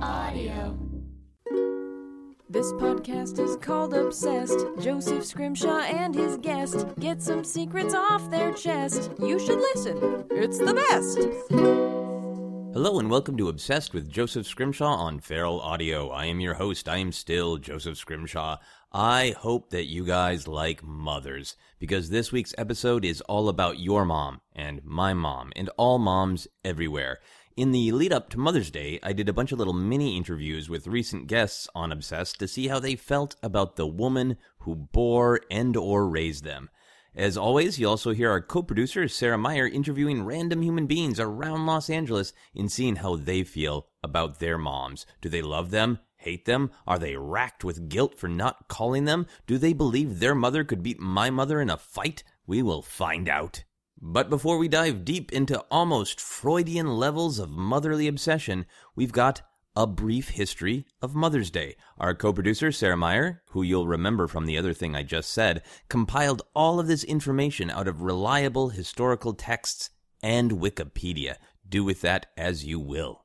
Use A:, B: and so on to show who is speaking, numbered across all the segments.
A: Audio.
B: This podcast is called Obsessed. Joseph Scrimshaw and his guest get some secrets off their chest. You should listen, it's the best.
C: Hello and welcome to Obsessed with Joseph Scrimshaw on Feral Audio. I am your host. I am still Joseph Scrimshaw. I hope that you guys like mothers because this week's episode is all about your mom and my mom and all moms everywhere. In the lead up to Mother's Day, I did a bunch of little mini interviews with recent guests on Obsessed to see how they felt about the woman who bore and or raised them. As always, you'll also hear our co-producer Sarah Meyer interviewing random human beings around Los Angeles and seeing how they feel about their moms. Do they love them? Hate them? Are they racked with guilt for not calling them? Do they believe their mother could beat my mother in a fight? We will find out. But before we dive deep into almost Freudian levels of motherly obsession, we've got a brief history of Mother's Day. Our co producer, Sarah Meyer, who you'll remember from the other thing I just said, compiled all of this information out of reliable historical texts and Wikipedia. Do with that as you will.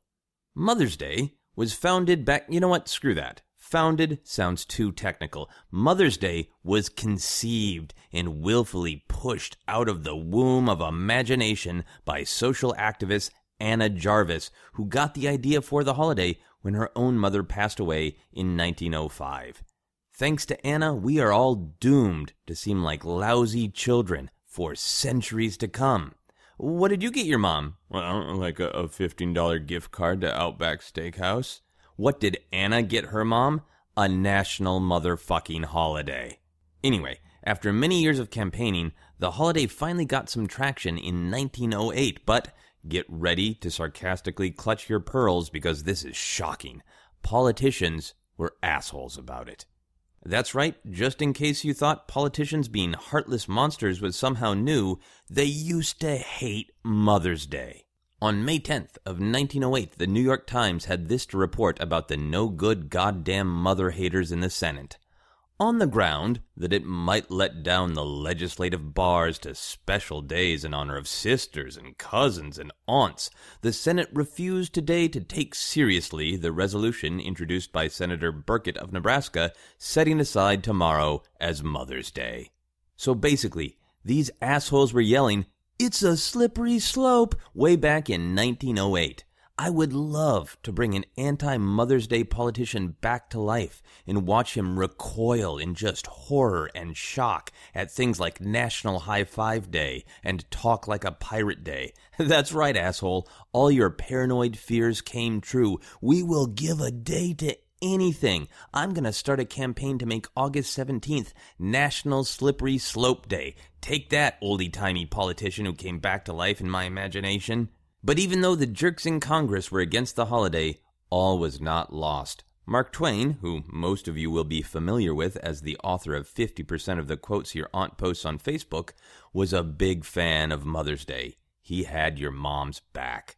C: Mother's Day was founded back. You know what? Screw that. Founded sounds too technical. Mother's Day was conceived and willfully pushed out of the womb of imagination by social activist Anna Jarvis, who got the idea for the holiday when her own mother passed away in 1905. Thanks to Anna, we are all doomed to seem like lousy children for centuries to come. What did you get your mom? Well, like a, a $15 gift card to Outback Steakhouse. What did Anna get her mom? A national motherfucking holiday. Anyway, after many years of campaigning, the holiday finally got some traction in 1908, but get ready to sarcastically clutch your pearls because this is shocking. Politicians were assholes about it. That's right, just in case you thought politicians being heartless monsters was somehow new, they used to hate Mother's Day. On May 10th of 1908, the New York Times had this to report about the no good goddamn mother haters in the Senate on the ground that it might let down the legislative bars to special days in honor of sisters and cousins and aunts, the Senate refused today to take seriously the resolution introduced by Senator Burkett of Nebraska setting aside tomorrow as Mother's Day. So basically, these assholes were yelling, It's a slippery slope, way back in 1908. I would love to bring an anti Mother's Day politician back to life and watch him recoil in just horror and shock at things like National High Five Day and Talk Like a Pirate Day. That's right, asshole. All your paranoid fears came true. We will give a day to anything. I'm going to start a campaign to make August 17th National Slippery Slope Day. Take that, oldie timey politician who came back to life in my imagination. But even though the jerks in Congress were against the holiday, all was not lost. Mark Twain, who most of you will be familiar with as the author of 50% of the quotes your aunt posts on Facebook, was a big fan of Mother's Day. He had your mom's back.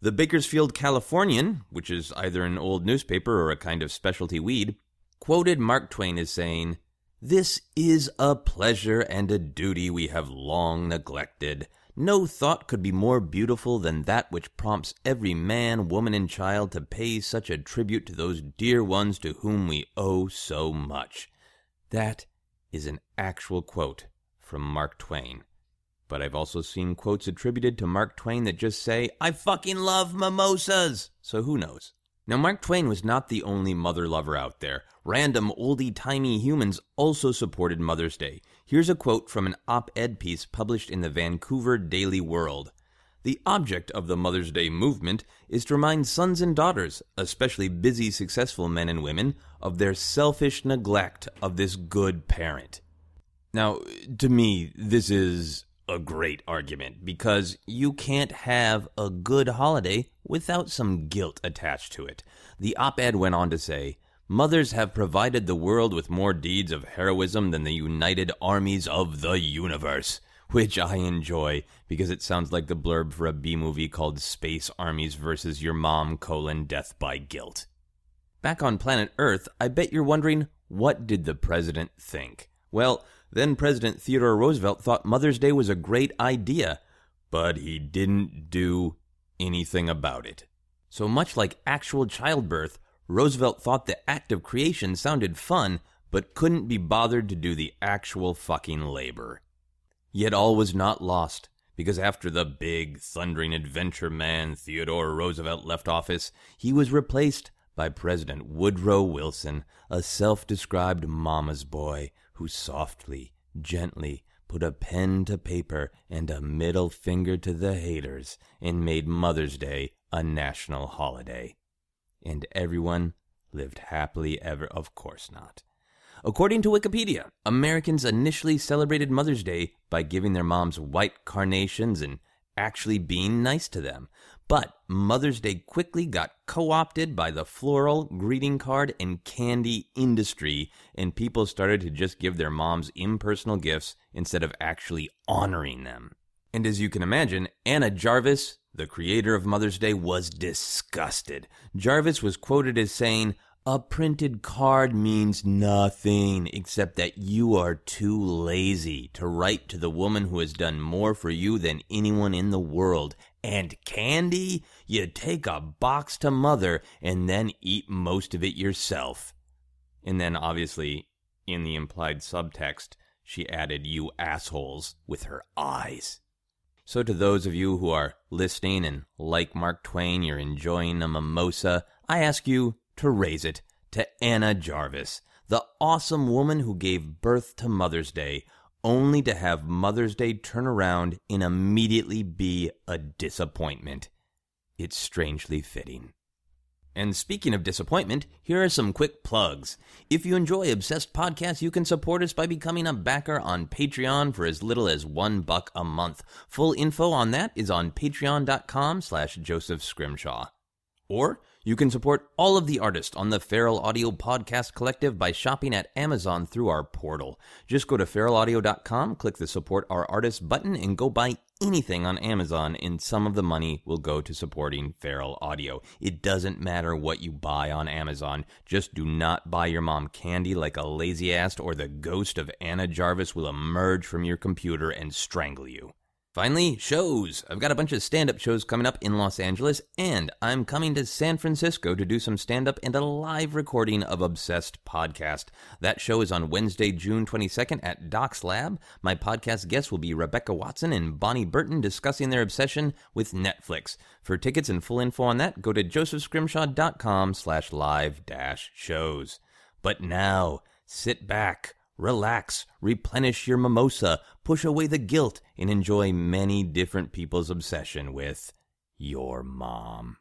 C: The Bakersfield Californian, which is either an old newspaper or a kind of specialty weed, quoted Mark Twain as saying, This is a pleasure and a duty we have long neglected. No thought could be more beautiful than that which prompts every man, woman, and child to pay such a tribute to those dear ones to whom we owe so much. That is an actual quote from Mark Twain. But I've also seen quotes attributed to Mark Twain that just say, I fucking love mimosas! So who knows? Now, Mark Twain was not the only mother lover out there. Random, oldie timey humans also supported Mother's Day. Here's a quote from an op ed piece published in the Vancouver Daily World. The object of the Mother's Day movement is to remind sons and daughters, especially busy, successful men and women, of their selfish neglect of this good parent. Now, to me, this is a great argument because you can't have a good holiday without some guilt attached to it. The op ed went on to say Mothers have provided the world with more deeds of heroism than the united armies of the universe, which I enjoy because it sounds like the blurb for a B movie called Space Armies versus Your Mom colon Death by Guilt. Back on planet Earth, I bet you're wondering what did the president think? Well, then President Theodore Roosevelt thought Mother's Day was a great idea, but he didn't do anything about it. So much like actual childbirth, Roosevelt thought the act of creation sounded fun, but couldn't be bothered to do the actual fucking labor. Yet all was not lost, because after the big, thundering adventure man Theodore Roosevelt left office, he was replaced by President Woodrow Wilson, a self described mama's boy who softly, gently, put a pen to paper and a middle finger to the haters and made Mother's Day a national holiday. And everyone lived happily ever. Of course not. According to Wikipedia, Americans initially celebrated Mother's Day by giving their moms white carnations and actually being nice to them. But Mother's Day quickly got co opted by the floral, greeting card, and candy industry, and people started to just give their moms impersonal gifts instead of actually honoring them. And as you can imagine, Anna Jarvis, the creator of Mother's Day, was disgusted. Jarvis was quoted as saying, a printed card means nothing except that you are too lazy to write to the woman who has done more for you than anyone in the world. And candy? You take a box to mother and then eat most of it yourself. And then, obviously, in the implied subtext, she added, You assholes, with her eyes. So, to those of you who are listening and, like Mark Twain, you're enjoying a mimosa, I ask you, to raise it to Anna Jarvis, the awesome woman who gave birth to Mother's Day, only to have Mother's Day turn around and immediately be a disappointment. It's strangely fitting. And speaking of disappointment, here are some quick plugs. If you enjoy Obsessed Podcasts, you can support us by becoming a backer on Patreon for as little as one buck a month. Full info on that is on patreon.com slash Joseph Scrimshaw. Or you can support all of the artists on the Feral Audio Podcast Collective by shopping at Amazon through our portal. Just go to feralaudio.com, click the Support Our Artists button, and go buy anything on Amazon, and some of the money will go to supporting Feral Audio. It doesn't matter what you buy on Amazon, just do not buy your mom candy like a lazy ass, or the ghost of Anna Jarvis will emerge from your computer and strangle you. Finally, shows. I've got a bunch of stand up shows coming up in Los Angeles, and I'm coming to San Francisco to do some stand up and a live recording of Obsessed Podcast. That show is on Wednesday, June 22nd at Doc's Lab. My podcast guests will be Rebecca Watson and Bonnie Burton discussing their obsession with Netflix. For tickets and full info on that, go to josephscrimshaw.com slash live dash shows. But now, sit back relax, replenish your mimosa, push away the guilt, and enjoy many different people's obsession with your mom.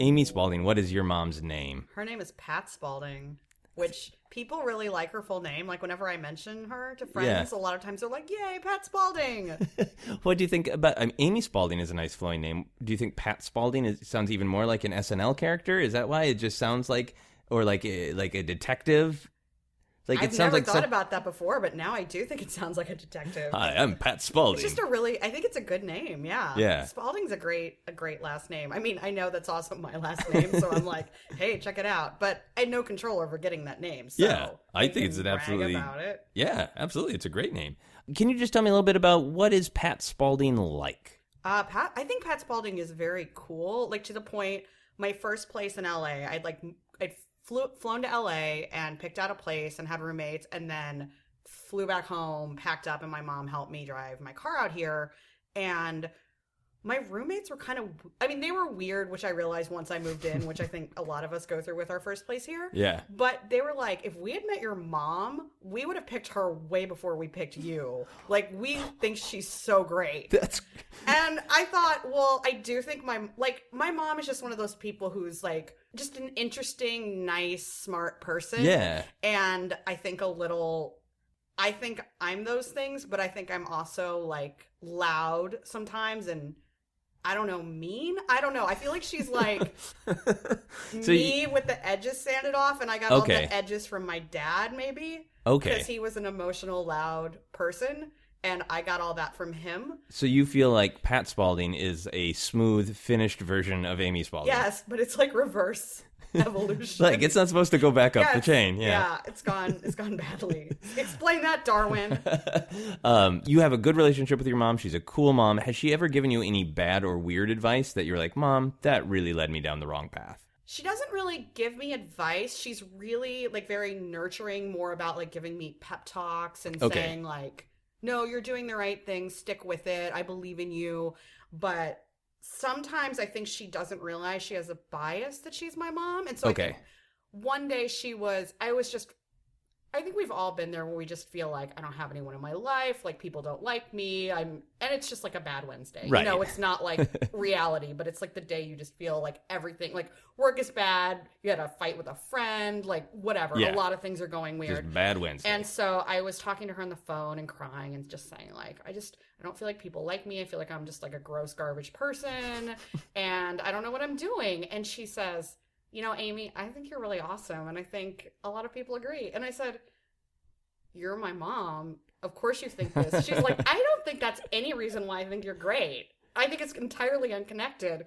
C: Amy Spalding, what is your mom's name?
A: Her name is Pat Spalding, which people really like her full name. Like whenever I mention her to friends, a lot of times they're like, "Yay, Pat Spalding!"
C: What do you think about um, Amy Spalding is a nice flowing name. Do you think Pat Spalding is, sounds even more like an SNL character? Is that why it just sounds like or like a, like a detective? Like
A: I've
C: it sounds
A: never
C: like
A: thought
C: some-
A: about that before, but now I do think it sounds like a detective.
C: Hi, I'm Pat
A: It's
C: Spalding.
A: just a really, I think it's a good name. Yeah.
C: Yeah.
A: Spalding's a great, a great last name. I mean, I know that's also my last name, so I'm like, hey, check it out. But I had no control over getting that name. So
C: Yeah, I think
A: can
C: it's an
A: brag
C: absolutely-
A: about it.
C: Yeah, absolutely. It's a great name. Can you just tell me a little bit about what is Pat Spalding like?
A: Uh, Pat, I think Pat Spalding is very cool. Like to the point, my first place in LA, I'd like I'd flew flown to LA and picked out a place and had roommates, and then flew back home, packed up, and my mom helped me drive my car out here. And my roommates were kind of, I mean, they were weird, which I realized once I moved in, which I think a lot of us go through with our first place here.
C: Yeah.
A: But they were like, if we had met your mom, we would have picked her way before we picked you. Like, we think she's so great.
C: That's
A: And I thought, well, I do think my like my mom is just one of those people who's like just an interesting, nice, smart person.
C: Yeah.
A: And I think a little I think I'm those things, but I think I'm also like loud sometimes and I don't know, mean? I don't know. I feel like she's like
C: So
A: me
C: you-
A: with the edges sanded off and I got all
C: Okay.
A: the edges from my dad maybe.
C: Okay.
A: Because he was an emotional, loud person and I got all that from him.
C: So you feel like Pat Spalding is a smooth, finished version of Amy Spalding?
A: Yes, but it's like reverse. evolution.
C: Like it's not supposed to go back up
A: Yeah,
C: the
A: it's-
C: chain.
A: it's gone. It's gone badly. Explain that, Darwin.
C: Um, you have a good relationship with your mom. She's a cool mom. Has she ever given you any bad or weird advice that you're like, Mom, that really led me down the wrong path?
A: She doesn't really give me advice. She's really like very nurturing, more about like giving me pep talks and
C: Okay.
A: saying like, "No, you're doing the right thing. Stick with it. I believe in you." But sometimes I think she doesn't realize she has a bias that she's my mom, and so I think
C: Okay.
A: one day she was. I was just. I think we've all been there where we just feel like I don't have anyone in my life, like people don't like me. I'm and it's just like a bad Wednesday.
C: Right.
A: You know, it's not like reality, but it's like the day you just feel like everything like work is bad, you had a fight with a friend, like whatever.
C: Yeah.
A: A lot of things are going weird.
C: Just bad Wednesday.
A: And so I was talking to her on the phone and crying and just saying like I just I don't feel like people like me. I feel like I'm just like a gross garbage person and I don't know what I'm doing. And she says, "You know, Amy, I think you're really awesome and I think a lot of people agree." And I said, "You're my mom. Of course you think this." She's like, "I don't think that's any reason why I think you're great. I think it's entirely unconnected."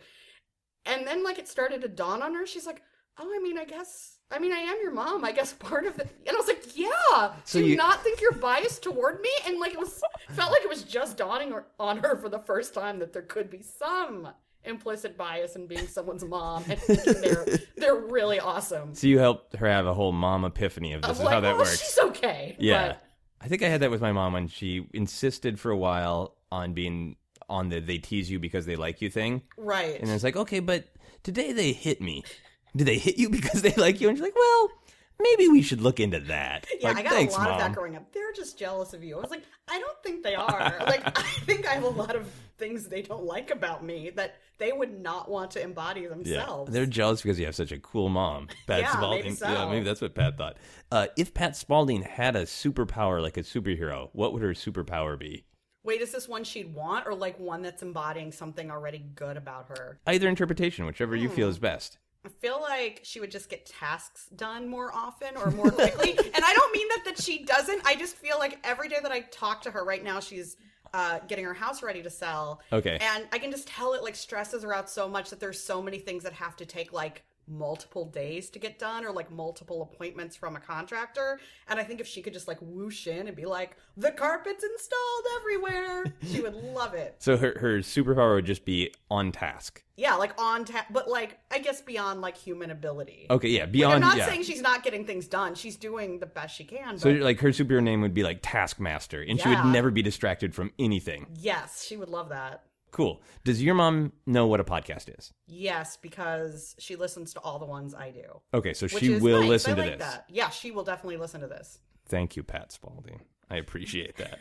A: And then like it started to dawn on her. She's like, "Oh, I mean, I guess I mean, I am your mom. I guess part of it." And I was like, "Yeah.
C: So
A: Do you
C: you-
A: not think you're biased toward me?" And like it was felt like it was just dawning her- on her for the first time that there could be some implicit bias in being someone's mom and thinking they're they're really awesome.
C: so you helped her have a whole mom epiphany of this
A: I'm
C: is
A: like,
C: how that
A: "Oh,
C: works.
A: she's okay."
C: Yeah.
A: But
C: I think I had that with my mom when she insisted for a while on being on the they tease you because they like you thing.
A: Right.
C: And it's like, okay, but today they hit me. Do they hit you because they like you? And she's like, well, maybe we should look into that.
A: Yeah,
C: Like,
A: I got
C: thanks,
A: a lot
C: mom.
A: of that growing up. They're just jealous of you. I was like, I don't think they are. like, I think I have a lot of things they don't like about me that they would not want to embody
C: Yeah.
A: themselves.
C: They're jealous because you have such a cool mom. Pat
A: Yeah,
C: Spalding.
A: maybe so.
C: Yeah, maybe that's what Pat thought. Uh, if Pat Spalding had a superpower like a superhero, what would her superpower be?
A: Wait, is this one she'd want or like one that's embodying something already good about her?
C: Either interpretation, whichever you
A: Hmm.
C: feel is best.
A: I feel like she would just get tasks done more often or more quickly. and I don't mean that that she doesn't. I just feel like every day that I talk to her right now, she's uh, getting her house ready to sell.
C: Okay.
A: And I can just tell it like stresses her out so much that there's so many things that have to take like multiple days to get done or like multiple appointments from a contractor. And I think if she could just like whoosh in and be like, the carpet's installed everywhere, she would love it.
C: So her, her superpower would just be on task.
A: Yeah, like on tap, but like I guess beyond like human ability.
C: Okay, yeah,
A: Like,
C: beyond.
A: I'm not
C: yeah.
A: saying she's not getting things done. She's doing the best she can. But
C: so like her superhero name would be like Taskmaster, and she
A: Yeah.
C: would never be distracted from anything.
A: yes, she would love that.
C: Cool. Does your mom know what a podcast is?
A: Yes, because she listens to all the ones I do.
C: Okay, so
A: Which
C: she
A: is
C: will
A: nice.
C: listen
A: I
C: to
A: like
C: this.
A: That. Yeah, she will definitely listen to this.
C: Thank you, Pat Spalding. I appreciate that.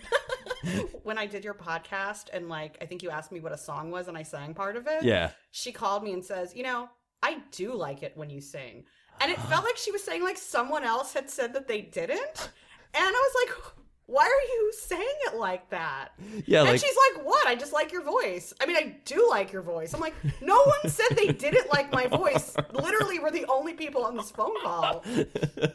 A: When I did your podcast and like I think you asked me what a song was and I sang part of it.
C: yeah.
A: She called me and says, "You know, I do like it when you sing." And it felt like she was saying like someone else had said that they didn't. And I was like, "Why are you saying it like that?"
C: Yeah,
A: and
C: like
A: she's like, "What? I just like your voice. I mean, I do like your voice." I'm like, "No one said they didn't like my voice. Literally, we're the only people on this phone call."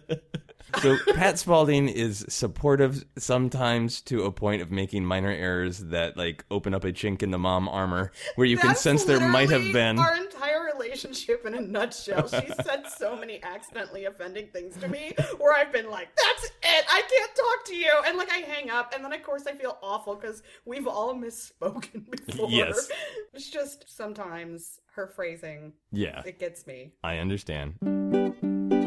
C: So Pat Spalding is supportive sometimes to a point of making minor errors that like open up a chink in the mom armor where you can
A: That's
C: sense there might have
A: literally
C: been.
A: our entire relationship in a nutshell. She said so many accidentally offending things to me where I've been like, "That's it. I can't talk to you," and like I hang up, and then of course I feel awful because we've all misspoken before.
C: Yes.
A: it's just sometimes her phrasing
C: Yeah,
A: it gets me.
C: I understand.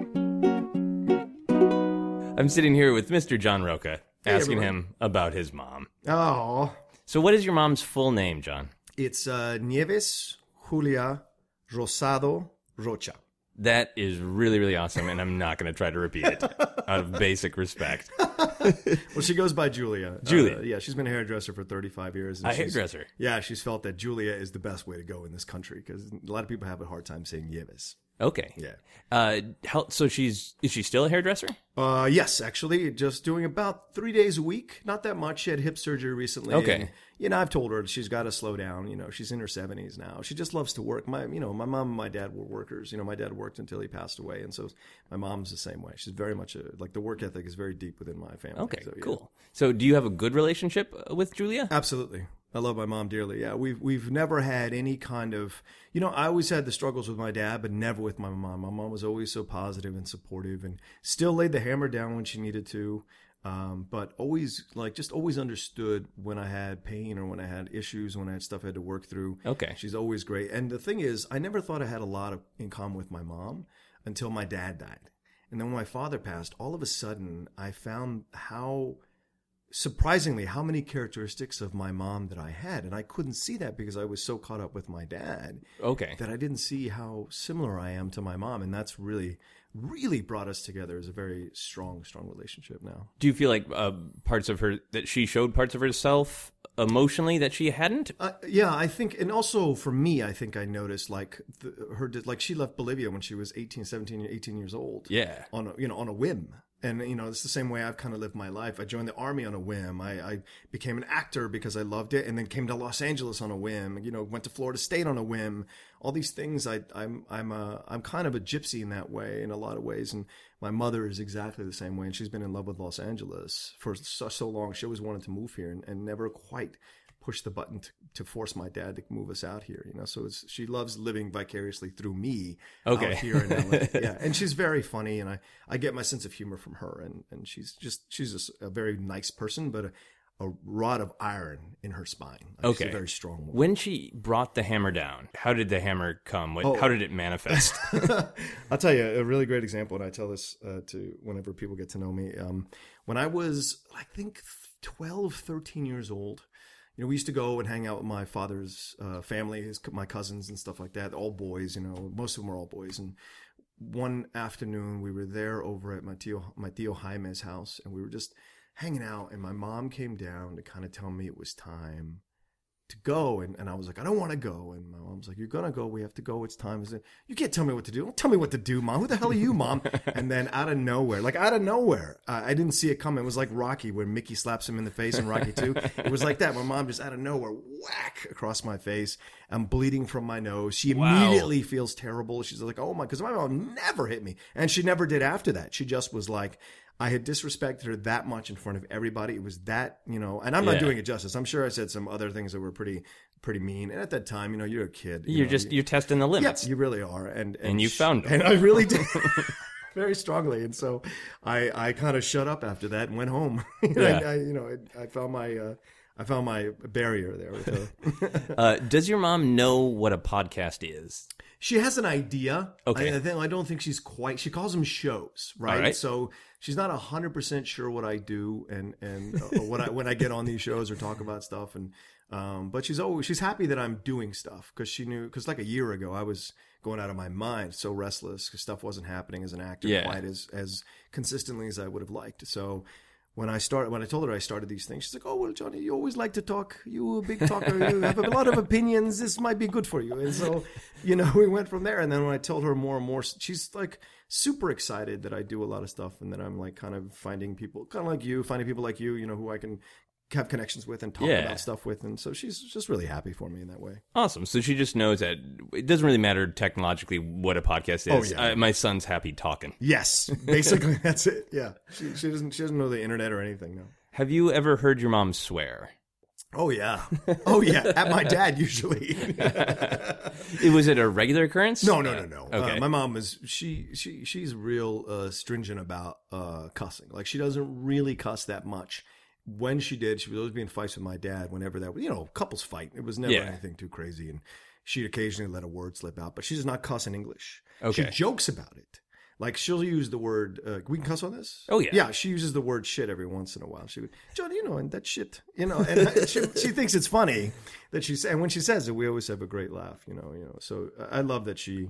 C: I'm sitting here with Mr. John Roca asking him about his mom.
D: Oh,
C: So what is your mom's full name, John?
D: it's uh, Nieves Julia Rosado Rocha.
C: That is really really awesome and I'm not going to try to repeat it out of basic respect.
D: Well, she goes by Julia.
C: Julia.
D: Uh, yeah, she's been a hairdresser for 35 years. and
C: A
D: she's-
C: hairdresser.
D: Yeah, she's felt that Julia is the best way to go in this country because a lot of people have a hard time saying Nieves.
C: Okay.
D: Yeah.
C: Uh how, so she's is she still a hairdresser?
D: Uh, yes, actually, just doing about three days a week. Not that much. She had hip surgery recently.
C: Okay.
D: and, you know, I've told her she's got to slow down. You know, she's in her seventies now. She just loves to work. My, you know, my mom and my dad were workers. You know, my dad worked until he passed away, and so my mom's the same way. She's very much a, like the work ethic is very deep within my family.
C: Okay,
D: So, yeah.
C: cool. So, do you have a good relationship uh, with Julia?
D: Absolutely. I love my mom dearly. Yeah, we've we've never had any kind of you know I always had the struggles with my dad, but never with my mom. My mom was always so positive and supportive, and still laid the hammer down when she needed to. Um, but always like just always understood when I had pain or when I had issues, when I had stuff I had to work through.
C: Okay.
D: she's always great. And the thing is, I never thought I had a lot of in common with my mom until my dad died, and then when my father passed, all of a sudden I found how surprisingly how many characteristics of my mom that I had. And I couldn't see that because I was so caught up with my dad
C: Okay.
D: that I didn't see how similar I am to my mom. And that's really, really brought us together as a very strong, strong relationship now.
C: Do you feel like uh, parts of her that she showed parts of herself emotionally that she hadn't?
D: Uh, yeah, I think, and also for me, I think I noticed like the, her, like she left Bolivia when she was 18, 17, 18 years old.
C: Yeah.
D: on a, you know on a whim and you know it's the same way i've kind of lived my life i joined the army on a whim I, I became an actor because i loved it and then came to los angeles on a whim you know went to florida state on a whim all these things i i'm i'm a i'm kind of a gypsy in that way in a lot of ways and my mother is exactly the same way and she's been in love with los angeles for so, so long she always wanted to move here and, and never quite pushed the button to, to force my dad to move us out here you know so it's, she loves living vicariously through me
C: Okay.
D: out here in LA. yeah, and she's very funny, and I I get my sense of humor from her, and and she's just she's just a very nice person, but a, a rod of iron in her spine. Like, she's
C: Okay.
D: a very strong woman.
C: When she brought the hammer down, how did the hammer come?
D: Oh.
C: What, How did it manifest?
D: I'll tell you a really great example, and I tell this uh, to whenever people get to know me. Um, when I was, I think, 12, 13 years old, you know, we used to go and hang out with my father's uh, family, his, my cousins and stuff like that, all boys, you know, most of them were all boys. And one afternoon, we were there over at my tio, my tio Jaime's house, and we were just hanging out, and my mom came down to kind of tell me it was time to go and, and I was like, I don't want to go. And my mom's like, You're gonna go, we have to go, it's time. Is it you can't tell me what to do. Don't tell me what to do, mom. Who the hell are you, mom? and then out of nowhere, like out of nowhere, uh, I didn't see it coming. It was like Rocky where Mickey slaps him in the face in Rocky 2. It was like that. My mom just out of nowhere, whack across my face. I'm bleeding from my nose. She
C: Wow.
D: immediately feels terrible. She's like, Oh my because my mom never hit me. And she never did after that. She just was like I had disrespected her that much in front of everybody. It was that, you know, and I'm not
C: Yeah.
D: doing it justice. I'm sure I said some other things that were pretty pretty mean. And at that time, you know, you're a kid. you
C: you're
D: know,
C: just
D: you,
C: you're testing the
D: yeah,
C: limits.
D: you really are. And
C: And you
D: sh-
C: found 'em.
D: and I really did. Very strongly, and so I, I kind of shut up after that and went home. And I-
C: Yeah.
D: I, you know, I, I found my, uh, I found my barrier there with her.
C: Uh, does your mom know what a podcast is?
D: She has an idea.
C: Okay.
D: I, I, think, I don't think she's quite. She calls them shows, right?
C: All right.
D: So she's not hundred percent sure what I do and and uh, what I when I get on these shows or talk about stuff. And um, but she's always she's happy that I'm doing stuff because she knew because like a year ago I was going out of my mind, so restless because stuff wasn't happening as an actor
C: Yeah.
D: quite as as consistently as I would have liked. So. When I started, when I told her I started these things, she's like, "Oh well, Johnny, you always like to talk. You a big talker. You have a lot of opinions. This might be good for you." And so, you know, we went from there. And then when I told her more and more, she's like super excited that I do a lot of stuff, and that I'm like kind of finding people, kind of like you, finding people like you, you know, who I can have connections with and talk
C: Yeah.
D: about stuff with. And so she's just really happy for me in that way.
C: Awesome. So she just knows that it doesn't really matter technologically what a podcast is.
D: Oh, yeah.
C: Uh, my son's happy talking.
D: Yes, basically that's it. Yeah, she, she doesn't she doesn't know the internet or anything. No.
C: Have you ever heard your mom swear?
D: Oh yeah, oh yeah. At my dad usually.
C: It was it a regular occurrence?
D: No, no, no, no. Uh,
C: Okay.
D: my mom is she she she's real uh, stringent about uh, cussing. Like she doesn't really cuss that much. When she did, she was always being fights with my dad. Whenever that, you know, couples fight. It was never
C: Yeah.
D: anything too crazy, and she'd occasionally let a word slip out, but she does not cuss in English.
C: Okay.
D: She jokes about it. Like she'll use the word. Uh, we can cuss on this.
C: Oh, yeah.
D: Yeah, she uses the word shit every once in a while. She would, John, you know, and that shit, you know, and I- she, she thinks it's funny that she and when she says it, we always have a great laugh, you know, you know. So I I love that she,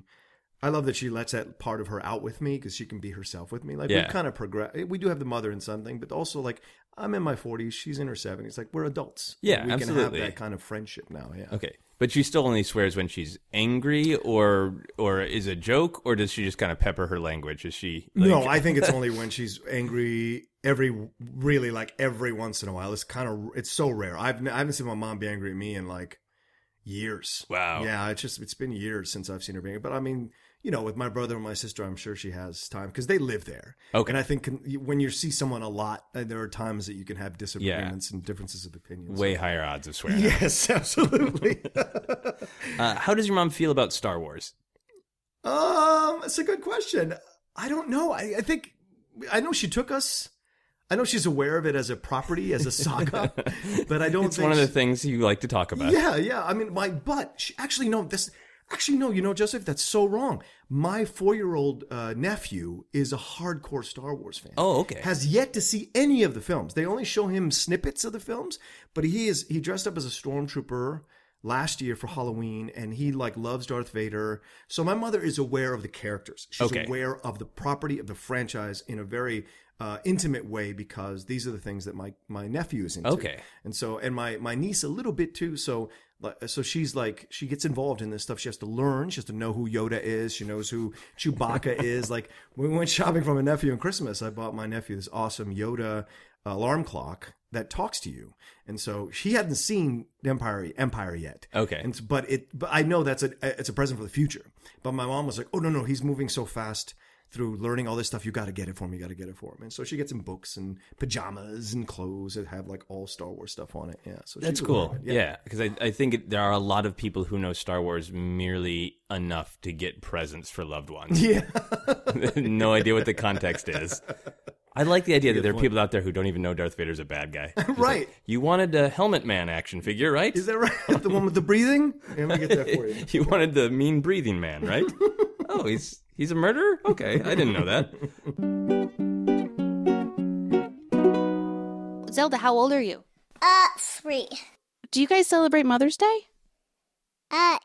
D: I love that she lets that part of her out with me because she can be herself with me. Like we
C: Yeah.
D: kind of progress. eh, We do have the mother and son thing, but also like I'm in my 40s, she's in her 70s. Like we're adults.
C: Yeah,
D: we can
C: absolutely.
D: have that kind of friendship now. Yeah.
C: Okay. But she still only swears when she's angry or or is a joke or does she just kind of pepper her language? Is she like,
D: no, I think it's only when she's angry. Every really like every once in a while. It's kind of it's so rare. I've n- I haven't seen my mom be angry at me in like years.
C: Wow.
D: Yeah, it's just it's been years since I've seen her being. But I mean, you know, with my brother and my sister, I'm sure she has time because they live there.
C: Okay.
D: And I think can, you- when you see someone a lot, uh, there are times that you can have disagreements and differences of opinions.
C: Way higher odds of swearing.
D: Yes, absolutely.
C: Uh, how does your mom feel about Star Wars?
D: um, it's a good question. I don't know. I, I think I know she took us. I know she's aware of it as a property, as a saga, but I don't.
C: It's
D: think
C: one of
D: she-
C: the things you like to talk about.
D: Yeah, yeah. I mean, my but she, actually no. This actually no. You know, Joseph, that's so wrong. My four-year-old uh, nephew is a hardcore Star Wars fan.
C: Oh, okay.
D: Has yet to see any of the films. They only show him snippets of the films. But he is he dressed up as a stormtrooper last year for Halloween, and he like loves Darth Vader. So my mother is aware of the characters. She's
C: Okay.
D: aware of the property of the franchise in a very uh, intimate way because these are the things that my my nephew is into
C: Okay.
D: and so and my my niece a little bit too so like, so she's like she gets involved in this stuff she has to learn she has to know who yoda is she knows who chewbacca is like when we went shopping for my nephew on christmas i bought my nephew this awesome yoda alarm clock that talks to you and so she hadn't seen empire empire yet
C: Okay.
D: and s- but it but i know that's a it's a present for the future but my mom was like oh no no he's moving so fast through learning all this stuff you got to get it for him you got to get it for him and so she gets him books and pajamas and clothes that have like all star wars stuff on it yeah so
C: That's
D: she's aware of
C: cool.
D: it.
C: Yeah, because I, I think it, there are a lot of people who know Star Wars merely enough to get presents for loved ones.
D: yeah
C: no idea what the context is. I like the idea that there are
D: point.
C: people out there who don't even know Darth Vader's a bad guy. Just like,
D: Right.
C: you wanted a Helmet Man action figure, right?
D: is that right the one with the breathing yeah, let me get that for you
C: you wanted the mean breathing man, right? oh, he's he's a murderer? Okay, I didn't know that.
E: Zelda, how old are you?
F: Uh, three.
E: Do you guys celebrate Mother's Day?
F: Uh,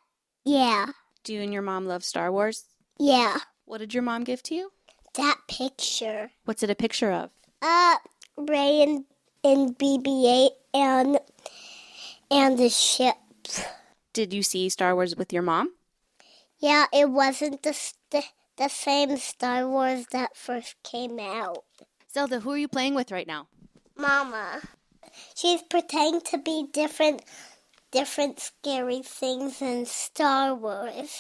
F: yeah.
E: Do you and your mom love Star Wars?
F: Yeah.
E: What did your mom give to you?
F: That picture.
E: What's it a picture of?
F: Uh, Ray and, and BB 8 and, and the ship.
E: Did you see Star Wars with your mom?
F: Yeah, it wasn't the, st- the same Star Wars that first came out.
E: Zelda, who are you playing with right now?
F: Mama. She's pretending to be different, different scary things in Star Wars.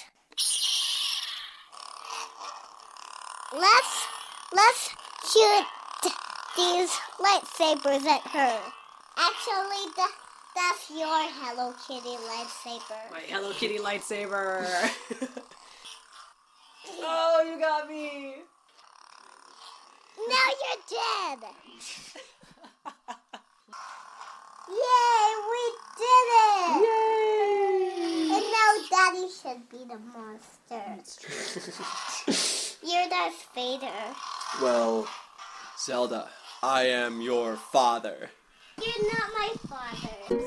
F: Let's, let's shoot these lightsabers at her. Actually, that, that's your Hello Kitty lightsaber.
A: My Hello Kitty lightsaber. oh, you got me.
F: Now you're dead. Yay, we did it! Yay! And now Daddy should be the monster. you're Darth Vader.
G: Well, Zelda, I am your father.
F: You're not my father.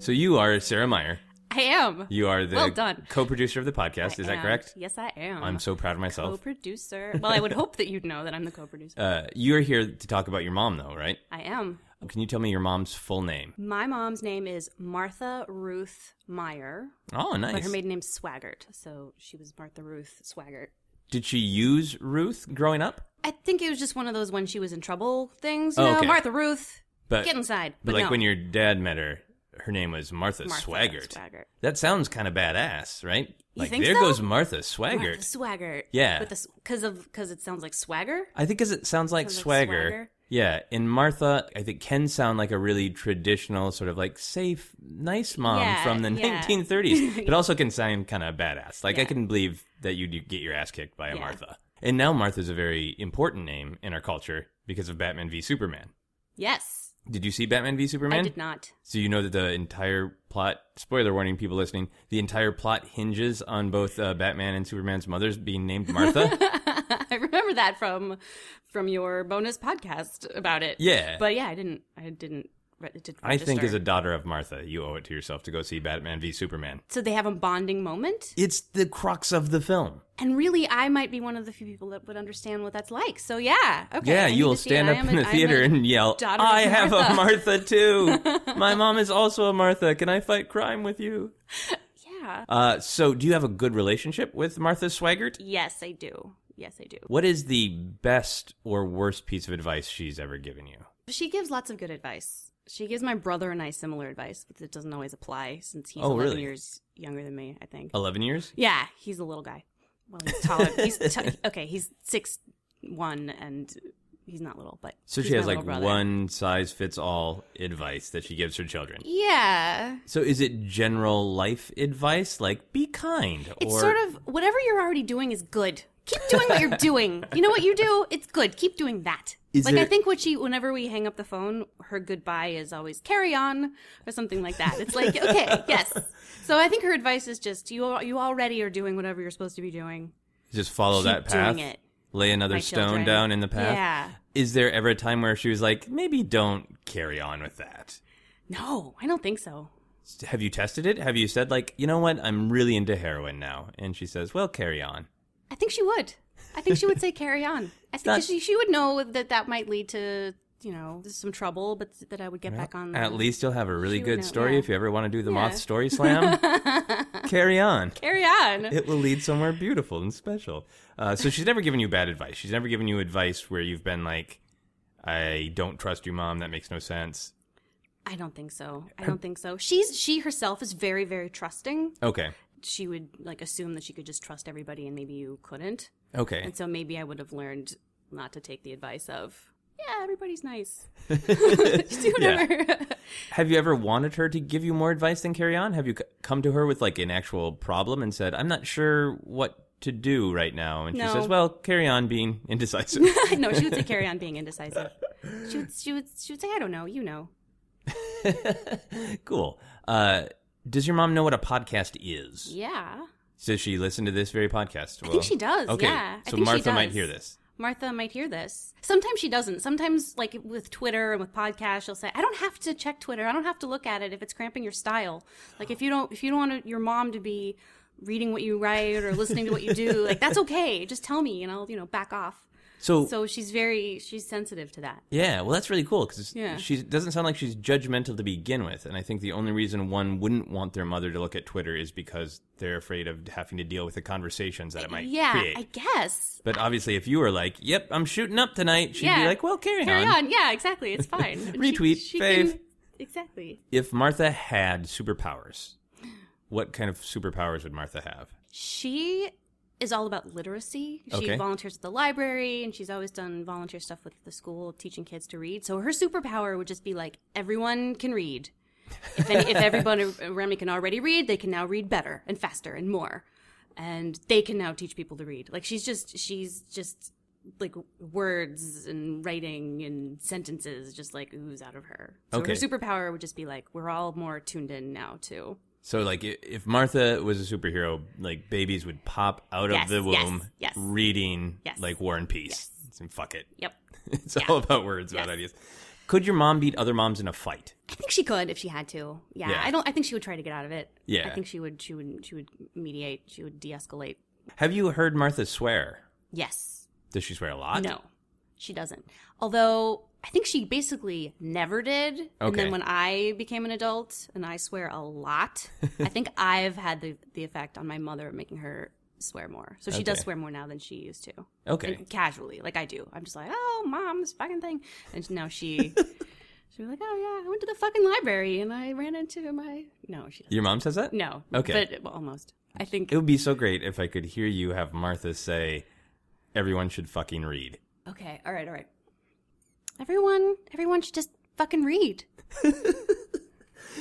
C: So you are Sarah Meyer.
H: I am.
C: You are the
H: Well done.
C: co-producer of the podcast.
H: I
C: is that
H: am.
C: correct?
H: Yes, I am.
C: I'm so proud of myself.
H: co-producer. Well, I would hope that you'd know that I'm the co-producer.
C: uh, you're here to talk about your mom, though, right?
H: I am.
C: Can you tell me your mom's full name?
H: My mom's name is Martha Ruth Meyer,
C: Oh, nice.
H: but her maiden name's Swaggart, so she was Martha Ruth Swaggart.
C: Did she use Ruth growing up?
H: I think it was just one of those when she was in trouble things.
C: Oh,
H: no,
C: okay.
H: Martha Ruth,
C: But
H: get inside.
C: But, like
H: no.
C: when your dad met her, her name was Martha,
H: Martha
C: Swaggart.
H: Swaggart.
C: That sounds kind of badass, right?
H: You
C: like
H: think
C: there
H: so?
C: goes Martha Swaggart.
H: Martha Swaggart.
C: Yeah.
H: But because of because it sounds like swagger.
C: I think as it sounds like
H: Sounds like
C: swagger.
H: swagger.
C: Yeah, and Martha, I think can sound like a really traditional sort of like safe, nice mom
H: Yeah,
C: from the
H: yeah.
C: 1930s, but also can sound kind of badass. Like I
H: Yeah.
C: can believe that you'd get your ass kicked by a
H: Yeah.
C: Martha. And now Martha's a very important name in our culture because of Batman v Superman.
H: Yes,
C: Did you see Batman v Superman?
H: I did not.
C: So you know that the entire plot, spoiler warning, people listening, the entire plot hinges on both uh, Batman and Superman's mothers being named Martha.
H: I remember that from from your bonus podcast about it.
C: Yeah.
H: but yeah, I didn't. I didn't. re- It did
C: I think as a
H: register.
C: daughter of Martha, you owe it to yourself to go see Batman v Superman.
H: so they have a bonding moment,
C: It's the crux of the film.
H: and really, I might be one of the few people that would understand what that's like. So yeah, okay.
C: yeah,
H: I need
C: you'll
H: to see it.
C: stand
H: I
C: up
H: am
C: in
H: a-
C: the
H: I'm
C: theater
H: a
C: and yell,
H: daughter of
C: "I have
H: Martha."
C: a Martha too. My mom is also a Martha. Can I fight crime with you?"
H: Yeah.
C: Uh, so, do you have a good relationship with Martha Swaggart?
H: Yes, I do. Yes, I do.
C: What is the best or worst piece of advice she's ever given you?
H: She gives lots of good advice. She gives my brother and I similar advice, but it doesn't always apply since he's
C: Oh,
H: 11
C: really?
H: years younger than me, I think.
C: 11 years?
H: Yeah, he's a little guy. Well, he's taller. he's t- okay, he's six one, and he's not little, but
C: So
H: he's
C: she
H: my
C: has like
H: little brother.
C: one size fits all advice that she gives her children.
H: Yeah,
C: So is it general life advice like be kind
H: it's
C: or
H: sort of whatever you're already doing is good. Keep doing what you're doing. You know what you do? It's good. Keep doing that.
C: Is
H: like I
C: there-
H: think what she, whenever we hang up the phone, her goodbye is always carry on or something like that. It's like okay, yes. So I think her advice is just you. al- You already are doing whatever you're supposed to be doing.
C: just follow
H: Keep
C: that path?
H: doing it.
C: Lay another
H: my
C: stone
H: children.
C: down in the path?
H: Yeah.
C: Is there ever a time where she was like maybe don't carry on with that?
H: No, I don't think so.
C: Have you tested it? Have you said like, you know what? I'm really into heroin now. And she says, "Well, carry on."
H: I think she would. I think she would say carry on. I think
C: not-
H: she, she would know that that might lead to you know some trouble, but that I would get back on. the-
C: At least you'll have a really
H: Um, She would
C: good
H: know,
C: story
H: yeah.
C: if you ever want to do the
H: Yeah.
C: moth story slam. Carry on.
H: carry on.
C: It will lead somewhere beautiful and special. Uh, so she's never given you bad advice. She's never given you advice where you've been like, "I don't trust you, mom. That makes no sense."
H: I don't think so. I don't think so. She's she herself is very very trusting.
C: Okay.
H: She would like assume that she could just trust everybody, and maybe you couldn't.
C: Okay.
H: And so maybe I would have learned not to take the advice of yeah everybody's nice. Just do
C: Yeah.
H: whatever.
C: Have you ever wanted her to give you more advice than carry on? Have you c- come to her with like an actual problem and said, "I'm not sure what to do right now," and she
H: No.
C: says, "Well, carry on being indecisive."
H: no, she would say carry on being indecisive. She would she would she would say I don't know. You know.
C: cool. Uh, does your mom know what a podcast is?
H: Yeah.
C: Does she listen to this very podcast?
H: I think she does.
C: Okay,
H: Yeah. I
C: so
H: think she
C: Martha might
H: does.
C: hear this.
H: Martha might hear this. Sometimes she doesn't. Sometimes, like with Twitter and with podcasts, she'll say, "I don't have to check Twitter. I don't have to look at it if it's cramping your style. Like if you don't, if you don't want your mom to be reading what you write or listening to what you do, like that's okay. Just tell me, and I'll, you know, back off."
C: So,
H: So she's very, she's sensitive to that.
C: yeah, well, that's really cool because
H: Yeah.
C: she doesn't sound like she's judgmental to begin with. And I think the only reason one wouldn't want their mother to look at Twitter is because they're afraid of having to deal with the conversations that it might
H: yeah,
C: create.
H: I guess.
C: but obviously, if you were like, "Yep, I'm shooting up tonight," she'd
H: yeah.
C: be like, "Well, carry,
H: Carry on. Yeah, exactly. It's fine. And she-
C: Retweet,
H: she
C: fave.
H: can- Exactly.
C: If Martha had superpowers, what kind of superpowers would Martha have?
H: She is all about literacy. She
C: Okay.
H: volunteers at the library and she's always done volunteer stuff with the school, teaching kids to read. So her superpower would just be like everyone can read. If, any, if everybody around me can already read, they can now read better and faster and more. And they can now teach people to read. Like she's just, she's just like words and writing and sentences just like ooze out of her. So
C: Okay.
H: her superpower would just be like, we're all more tuned in now too.
C: So, like, i- if Martha was a superhero, like, babies would pop out
H: Yes,
C: of the
H: yes,
C: womb
H: yes.
C: reading,
H: Yes.
C: like, War and Peace. And fuck it.
H: Yep.
C: It's all about words, about
H: Yes.
C: ideas. Could your mom beat other moms in a fight?
H: I think she could if she had to. Yeah,
C: Yeah.
H: I don't. I think she would try to get out of it.
C: Yeah.
H: I think she would. She would. She would mediate. She would de-escalate.
C: Have you heard Martha swear?
H: Yes.
C: Does she swear a lot?
H: No, she doesn't. Although I think she basically never did. And
C: Okay.
H: then when I became an adult, and I swear a lot, I think I've had the the effect on my mother of making her swear more. So she does
C: Okay.
H: swear more now than she used to.
C: Okay.
H: And casually, like I do. I'm just like, oh, mom, this fucking thing. And now she. She was like, "Oh yeah, I went to the fucking library and I ran into my no, she doesn't.
C: Your mom says that?
H: No.
C: Okay.
H: But well, almost. I think.
C: It would be so great if I could hear you have Martha say, everyone should fucking read.
H: Okay. All right. All right. Everyone, everyone should just fucking read.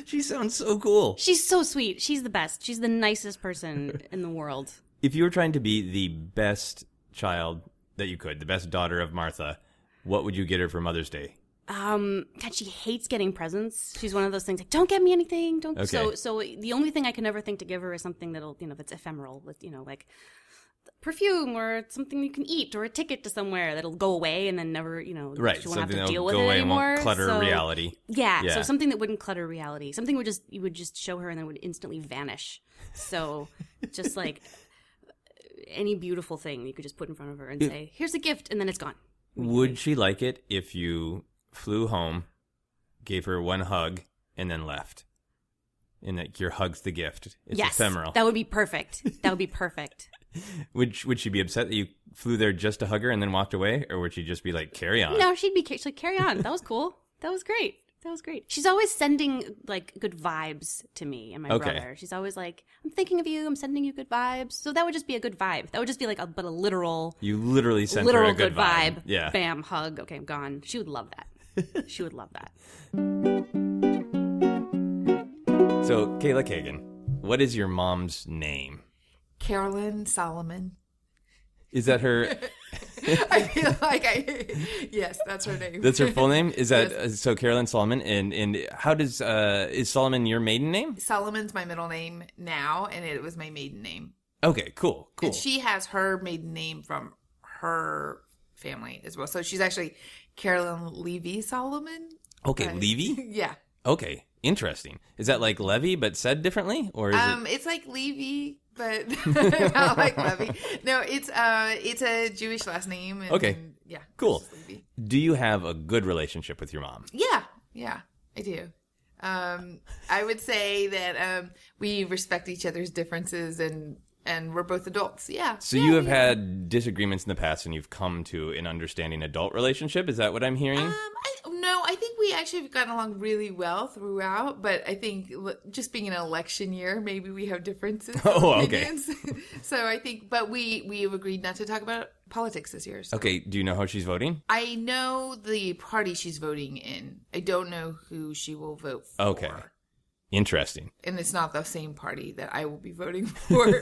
C: She sounds so cool.
H: She's so sweet. She's the best. She's the nicest person in the world.
C: If you were trying to be the best child that you could, the best daughter of Martha, what would you get her for Mother's Day?
H: Um, God, she hates getting presents. She's one of those things like, don't get me anything. Don't. So,
C: Okay.
H: so the only thing I can ever think to give her is something that'll, you know, that's ephemeral. With you know, like perfume or something you can eat or a ticket to somewhere that'll go away and then never, you know,
C: Right.
H: she won't have
C: something
H: to
C: that'll
H: deal with
C: go
H: it
C: away
H: anymore.
C: and won't clutter
H: So-
C: reality.
H: Yeah,
C: Yeah.
H: So something that wouldn't clutter reality. Something would just you would just show her and then would instantly vanish. So just like any beautiful thing you could just put in front of her and say, "Here's a gift," and then it's gone.
C: Would she like it if you flew home, gave her one hug, and then left? And that your hug's the gift. It's
H: yes,
C: ephemeral.
H: That would be perfect. That would be perfect.
C: would sh- would she be upset that you flew there just to hug her and then walked away, or would she just be like, "Carry on"?
H: no, she'd be ca- she'd like, carry on. That was cool. That was great. That was great. She's always sending like good vibes to me and my
C: Okay.
H: brother. She's always like, "I'm thinking of you. I'm sending you good vibes." So that would just be a good vibe. That would just be like a but a literal,
C: You literally sent
H: literal
C: her a good, vibe. Yeah.
H: Bam, hug. Okay, I'm gone. She would love that. she would love that.
C: So Kayla Kagan, what is your mom's name?
I: Carolyn Solomon.
C: Is that her?
I: I feel like I. Yes, that's her name.
C: that's her full name. Is that uh so? Carolyn Solomon. And and how does uh is Solomon your maiden name?
I: Solomon's my middle name now, and it was my maiden name.
C: Okay. Cool. Cool.
I: And she has her maiden name from her family as well. So she's actually Carolyn Levy Solomon.
C: okay.
I: Right.
C: Levy.
I: yeah.
C: Okay. Interesting. Is that like Levy but said differently, or is
I: Um, it's like Levy, but not like Levy. No, it's uh, it's a Jewish last name. And,
C: Okay.
I: Yeah.
C: Cool.
I: it's just Levy.
C: it? Do you have a good relationship with your mom?
I: Yeah, yeah, I do. Um, I would say that um, we respect each other's differences, and and we're both adults. Yeah.
C: So you have had disagreements in the past, and you've come to an understanding adult relationship. Is that what I'm hearing?
I: Um, I, no, I think we actually have gotten along really well throughout, but I think l- just being an election year, maybe we have differences. of
C: Oh, okay.
I: opinions. so I think, but we we have agreed not to talk about politics this year. So.
C: okay. Do you know how she's voting?
I: I know the party she's voting in. I don't know who she will vote for.
C: Okay. Interesting.
I: And it's not the same party that I will be voting for.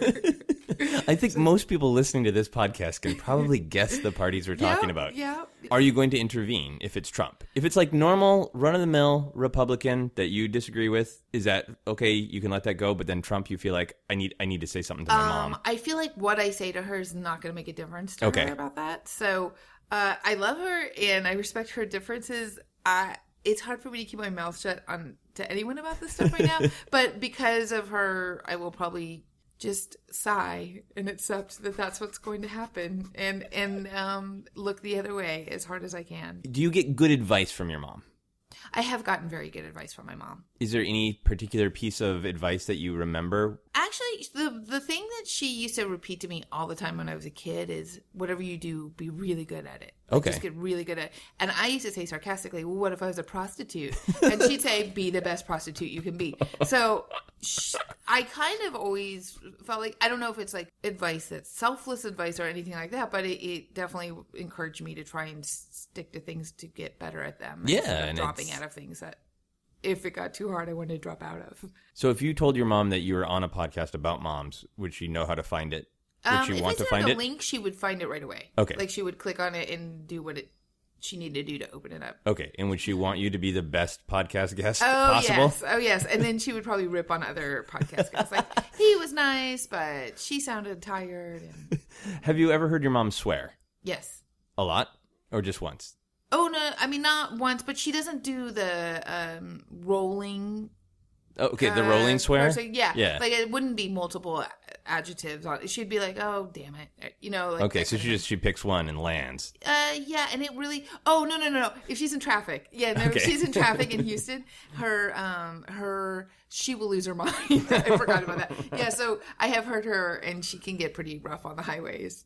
C: I think most people listening to this podcast can probably guess the parties we're talking about.
I: Yeah.
C: Are you going to intervene if it's Trump? If it's like normal run of the mill Republican that you disagree with, is that okay? You can let that go, but then Trump, you feel like I need I need to say something to my
I: Um,
C: mom.
I: I feel like what I say to her is not going to make a difference to
C: Okay.
I: her about that. So uh, I love her and I respect her differences. I, it's hard for me to keep my mouth shut on to anyone about this stuff right now, but because of her, I will probably just sigh and accept that that's what's going to happen and and um, look the other way as hard as I can.
C: Do you get good advice from your mom?
I: I have gotten very good advice from my mom.
C: Is there any particular piece of advice that you remember?
I: Actually, the the thing that she used to repeat to me all the time when I was a kid is, "Whatever you do, be really good at it. Like,
C: Okay.
I: just get really good at." it. And I used to say sarcastically, "Well, what if I was a prostitute?" And she'd say, "Be the best prostitute you can be." So sh I kind of always felt like I don't know if it's like advice that's selfless advice or anything like that, but it, it definitely encouraged me to try and s- stick to things to get better at them.
C: Yeah,
I: instead of
C: and
I: dropping
C: it's-
I: out of things that if it got too hard, I wanted to drop out of.
C: So if you told your mom that you were on a podcast about moms, would she know how to find it? Would
I: Um,
C: she
I: if
C: want
I: it's
C: to
I: in
C: find
I: the
C: it?
I: link, she would find it right away.
C: Okay.
I: Like she would click on it and do what it she needed to do to open it up.
C: Okay, and would she want you to be the best podcast guest
I: Oh
C: possible?
I: yes, oh yes, and then she would probably rip on other podcast guys. Like he was nice, but she sounded tired. And
C: Have you ever heard your mom swear?
I: yes.
C: A lot or just once?
I: Oh no, I mean not once, but she doesn't do the um rolling.
C: Oh, okay, the
I: uh,
C: rolling swear.
I: cursing. Yeah,
C: yeah.
I: Like it wouldn't be multiple adjectives on. She'd be like, "Oh damn it," you know. Like
C: okay,
I: that
C: so
I: kind of
C: she
I: thing.
C: just she picks one and lands.
I: Uh, yeah, and it really. Oh no no no no! If she's in traffic, yeah, no,
C: Okay.
I: if she's in traffic in Houston, her um her she will lose her mind. I forgot about that. Yeah, so I have heard her, and she can get pretty rough on the highways.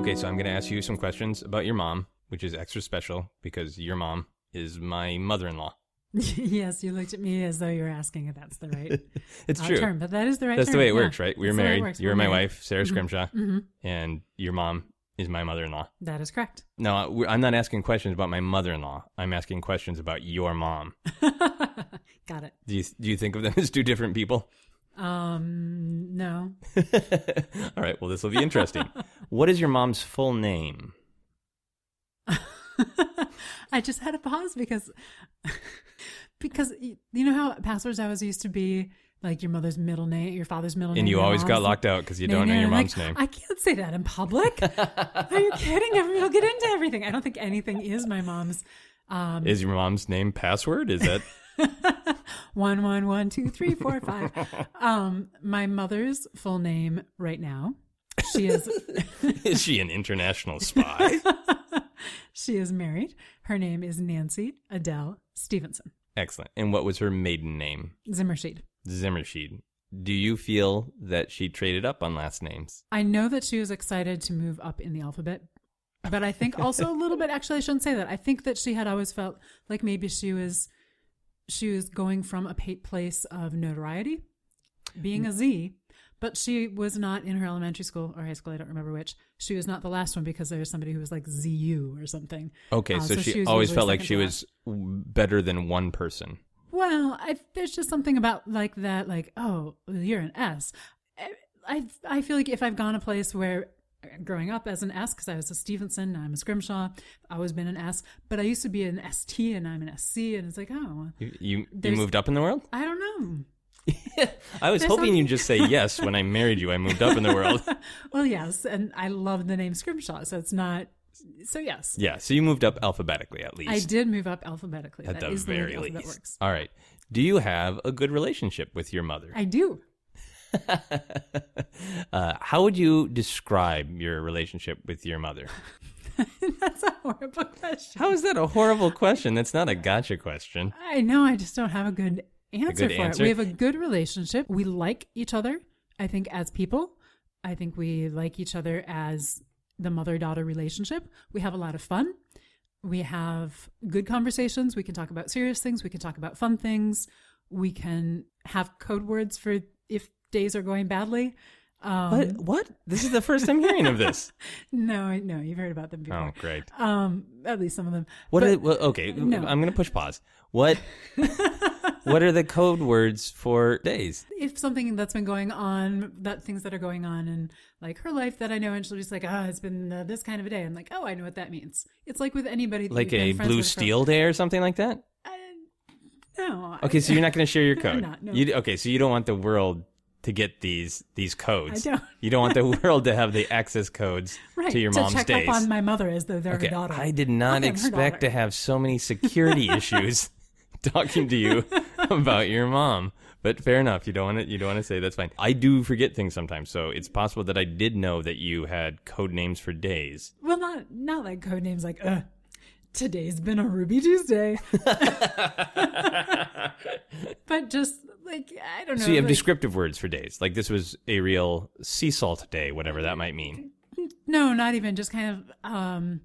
C: Okay, so I'm going to ask you some questions about your mom, which is extra special because your mom is my mother-in-law.
J: yes, you looked at me as though you were asking if that's the right
C: It's
J: uh,
C: true.
J: term, but that is the right.
C: That's the
J: term,
C: way it
J: yeah.
C: works, right? We're
J: That's the way it
C: married.
J: works.
C: You're
J: We're
C: my
J: married.
C: wife, Sarah Scrimshaw,
J: Mhm.
C: and your mom is my mother-in-law.
J: That is correct.
C: No, I- we're- I'm not asking questions about my mother-in-law. I'm asking questions about your mom.
J: Got it.
C: Do you do you think of them as two different people?
J: Um, no,
C: All right. Well, this will be interesting. what is your mom's full name?
J: I just had a pause because because y- you know how passwords always used to be like your mother's middle name, your father's middle name,
C: And you
J: your
C: always got
J: mom's-
C: locked out because you
J: name,
C: don't know
J: and
C: your
J: I'm like,
C: mom's name.
J: I can't say that in public. Are you kidding? Everybody will get into everything. I don't think anything is my mom's. Um,
C: Is your mom's name password? Is that
J: one one one two three four five. Um, my mother's full name right now. She is
C: is she an international spy?
J: she is married. Her name is Nancy Adele Stevenson
C: Excellent. And what was her maiden name?
J: Zimmershed.
C: Zimmershed. Do you feel that she traded up on last names?
J: I know that she was excited to move up in the alphabet But I think also a little bit, actually, I shouldn't say that. I think that she had always felt like maybe she was, she was going from a pa- place of notoriety, being a Z, but she was not in her elementary school or high school. I don't remember which. She was not the last one because there was somebody who was like ZU or something.
C: Okay,
J: Uh,
C: so, she
J: was
C: always
J: usually
C: felt like
J: second
C: she
J: to
C: was w- better than one person.
J: Well, I, there's just something about like that, like oh, you're an S. I, I I feel like if I've gone a place where growing up as an S, because I was a Stevenson, now I'm a Scrimshaw, I've always been an S, but I used to be an ST and I'm an SC, and it's like oh,
C: You you, you
J: There's-
C: moved up in the world.
J: I don't know.
C: I was
J: There's
C: hoping
J: something-
C: you'd just say yes when I married you. I moved up in the world.
J: Well, yes, and I love the name Scrimshaw, so it's not. So yes,
C: Yeah, so you moved up alphabetically at least.
J: I did move up alphabetically.
C: at
J: that
C: the
J: is
C: very
J: the way
C: least.
J: the alphabet works.
C: All right. Do you have a good relationship with your mother?
J: I do.
C: Uh, how would you describe your relationship with your mother?
J: That's a horrible question.
C: How is that a horrible question? That's not a gotcha question.
J: I know. I just don't have a good answer
C: good
J: for
C: answer?
J: it. We have a good relationship. We like each other. I think as people, I think we like each other as the mother daughter relationship. We have a lot of fun. We have good conversations. We can talk about serious things. We can talk about fun things. We can have code words for if days are going badly. Um,
C: What? What? This is the first I'm hearing of this.
J: No, I- no, you've heard about them
C: Oh,
J: before.
C: great.
J: Um, at least some of them.
C: What?
J: But-
C: are, well, okay,
J: No.
C: I'm going to push pause. What? what are the code words for days?
J: if something that's been going on, that things that are going on in like her life that I know, and she'll just like, oh, it's been uh, this kind of a day. I'm like, oh, I know what that means. It's like with anybody, that
C: Like
J: you've been
C: a
J: friends
C: blue
J: with for-
C: steel day or something like that?
J: No,
C: Okay, so you're not going to share your
J: I'm
C: code.
J: not, no.
C: You okay? So you don't want the world to get these these codes.
J: I don't.
C: You don't want the world to have the access codes
J: right
C: to your mom's
J: check
C: days.
J: up on my mother as though they're
C: okay,
J: her daughter.
C: I did not
J: I am her
C: expect to have so many security issues talking to you about your mom. But fair enough. You don't want to. You don't want to say that's fine. I do forget things sometimes, so it's possible that I did know that you had code names for days.
J: Well, not not like code names like uh, today's been a Ruby Tuesday, but just like I don't know.
C: so you have
J: like-
C: descriptive words for days, like this was a real sea salt day, whatever that might mean.
J: No, not even just kind of um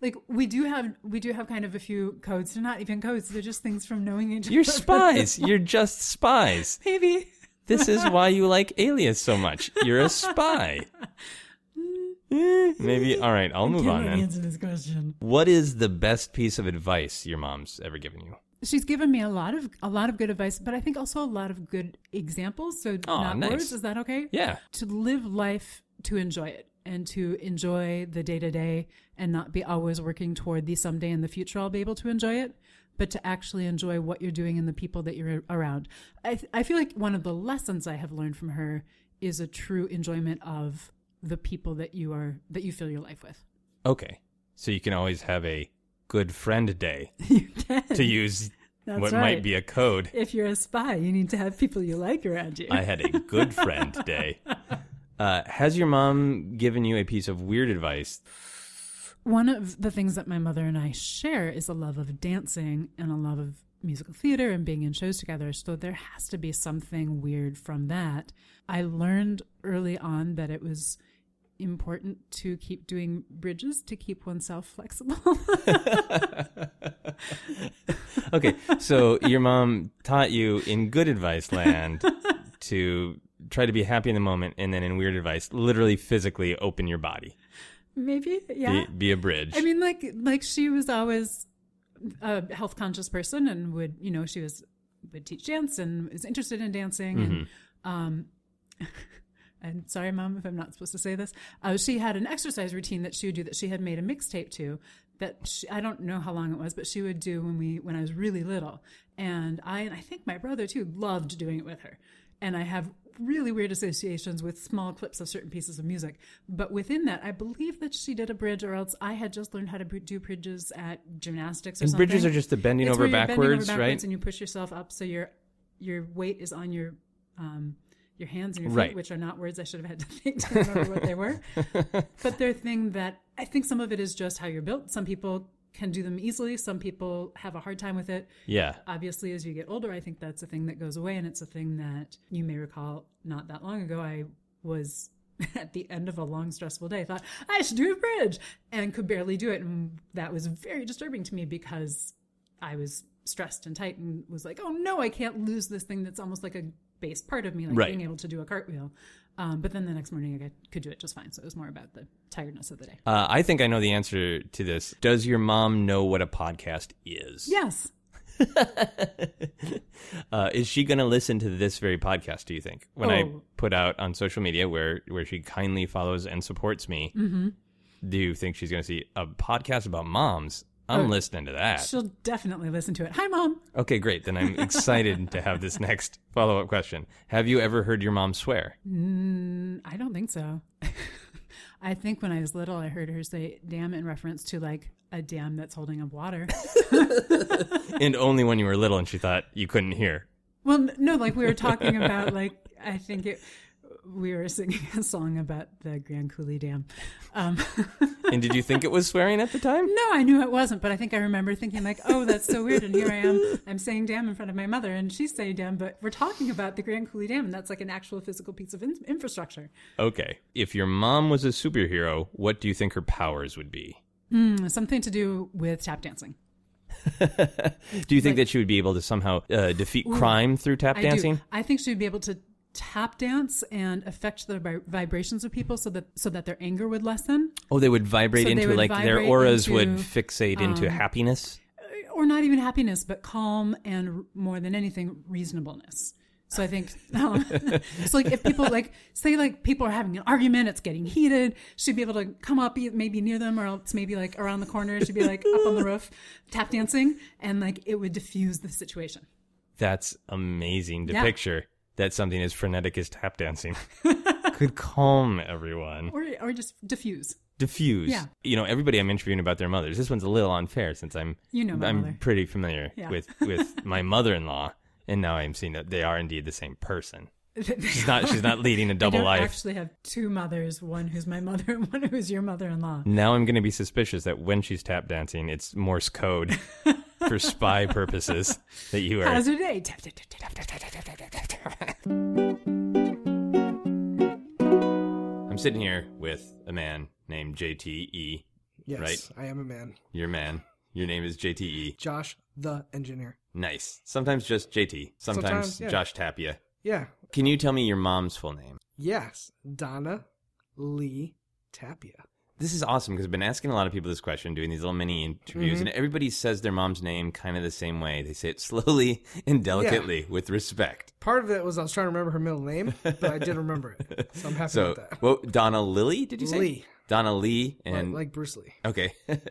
J: like we do have we do have kind of a few codes. They're not even codes, they're just things from knowing each other.
C: You're spies. You're just spies.
J: Maybe.
C: This is why you like Alias so much. You're a spy. Maybe. All right, I'll move on
J: Cannot
C: then.
J: answer this question.
C: What is the best piece of advice your mom's ever given you?
J: She's given me a lot of a lot of good advice, but I think also a lot of good examples. So
C: Aw,
J: not
C: nice.
J: words, is that okay?
C: Yeah.
J: To live life to enjoy it and to enjoy the day to day and not be always working toward the someday in the future I'll be able to enjoy it, but to actually enjoy what you're doing and the people that you're around. I I feel like one of the lessons I have learned from her is a true enjoyment of the people that you are that you fill your life with.
C: Okay. So you can always have a good friend day to use
J: That's
C: what
J: right.
C: might be a code.
J: If you're a spy, you need to have people you like around you.
C: I had a good friend day. Uh, has your mom given you a piece of weird advice?
J: One of the things that my mother and I share is a love of dancing and a love of musical theater and being in shows together. So there has to be something weird from that. I learned early on that it was important to keep doing bridges to keep oneself flexible.
C: Okay, so your mom taught you in good advice land to try to be happy in the moment, and then in weird advice, literally physically open your body,
J: Maybe, yeah.
C: be, be a bridge.
J: I mean, like, like she was always a health conscious person, and would you know she was would teach dance and was interested in dancing. And um, and sorry, mom, if I'm not supposed to say this, uh, she had an exercise routine that she would do that she had made a mixtape to. That she, I don't know how long it was, but she would do when we when I was really little, and I and I think my brother too loved doing it with her. And I have really weird associations with small clips of certain pieces of music. But within that, I believe that she did a bridge, or else I had just learned how to br- do bridges at gymnastics or
C: And
J: something.
C: bridges are just the bending
J: It's
C: over
J: where you're
C: backwards, right?
J: And you push yourself up, so your your weight is on your um, your hands and your
C: Right.
J: feet, which are not words I should have had to think to remember what they were. But they're a thing that I think some of it is just how you're built. Some people can do them easily. Some people have a hard time with it
C: yeah.
J: obviously as you get older i think that's a thing that goes away and it's a thing that you may recall not that long ago i was at the end of a long, stressful day, thought, I should do a bridge and could barely do it. And that was very disturbing to me because I was stressed and tight and was like, oh no, I can't lose this thing that's almost like a base part of me, like
C: Right.
J: being able to do a cartwheel. Um, but then the next morning I got- could do it just fine. So it was more about the tiredness of the day.
C: Uh, I think I know the answer to this. Does your mom know what a podcast is?
J: Yes.
C: Uh, is she going to listen to this very podcast? Do you think when I
J: Oh.
C: put out on social media where where she kindly follows and supports me?
J: Mhm.
C: Do you think she's going to see a podcast about moms? I'm
J: Oh.
C: listening to that.
J: She'll definitely listen to it. Hi, mom.
C: Okay, great. Then I'm excited to have this next follow up question. Have you ever heard your mom swear?
J: Mm, I don't think so. I think when I was little, I heard her say "damn" in reference to like a dam that's holding up water.
C: and only when you were little and she thought you couldn't hear.
J: well, n- no, like we were talking about, like I think it. We were singing a song about the Grand Coulee Dam. Um,
C: And did you think it was swearing at the time?
J: no, I knew it wasn't, but I think I remember thinking like, "Oh, that's so weird." And here I am, I'm saying "dam" in front of my mother, and she's saying "dam," but we're talking about the Grand Coulee Dam, and that's like an actual physical piece of in- infrastructure.
C: Okay. If your mom was a superhero, what do you think her powers would be?
J: Mm, something to do with tap dancing.
C: Do you think that she would be able to somehow uh, defeat
J: Ooh.
C: crime through tap
J: I do.
C: dancing?
J: I think she would be able to tap dance and affect the vi- vibrations of people so that so that their anger would lessen
C: Oh, they would vibrate
J: So they
C: into
J: would
C: like their
J: vibrate
C: auras
J: into,
C: would fixate into
J: um,
C: happiness.
J: or not even happiness but calm and r- more than anything reasonableness so i think it's like if people like say like people are having an argument it's getting heated she'd be able to come up e- maybe near them or else maybe like around the corner she'd be like up on the roof tap dancing and like it would diffuse the situation
C: That's amazing to
J: Yeah.
C: picture that something as frenetic as tap dancing could calm everyone.
J: or or just diffuse
C: diffuse.
J: Yeah.
C: You know, everybody I'm interviewing about their mothers. This one's a little unfair since I'm
J: You know my
C: I'm
J: mother.
C: pretty familiar
J: Yeah.
C: with with my mother-in-law, and now I'm seeing that they are indeed the same person. She's not she's not leading a double
J: I don't
C: life.
J: actually have two mothers one who's my mother and one who's your mother-in-law
C: Now I'm going to be suspicious that when she's tap dancing, it's Morse code for spy purposes that you are.
J: How's your day? Tap, tap, tap,
C: tap, tap, tap, tap, tap, tap, tap, tap. I'm sitting here with a man named JTE.
K: Yes,
C: right?
K: I am a man.
C: Your man. Your name is JTE.
K: Josh, the engineer.
C: Nice. Sometimes just JT. Sometimes,
K: Sometimes, yeah.
C: Josh Tapia.
K: Yeah.
C: Can you tell me your mom's full name?
K: Yes, Donna Lee Tapia.
C: This is awesome because I've been asking a lot of people this question, doing these little mini interviews,
K: Mhm.
C: and everybody says their mom's name kind of the same way. They say it slowly and delicately with respect.
K: Part of it was I was trying to remember her middle name, but I did remember it. So I'm happy
C: so,
K: with that.
C: well, Donna Lily, did you say?
K: Lee.
C: Donna Lee and
K: like Bruce Lee.
C: Okay.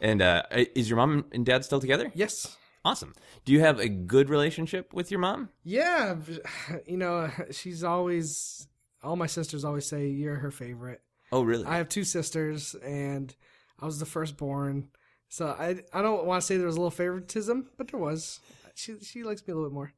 C: and uh, is your mom and dad still together?
K: Yes.
C: Awesome. Do you have a good relationship with your mom?
K: Yeah, b- you know, she's always all my sisters always say you're her favorite.
C: Oh, really?
K: I have two sisters and I was the firstborn. So I I don't want to say there was a little favoritism, but there was. She she likes me a little bit more.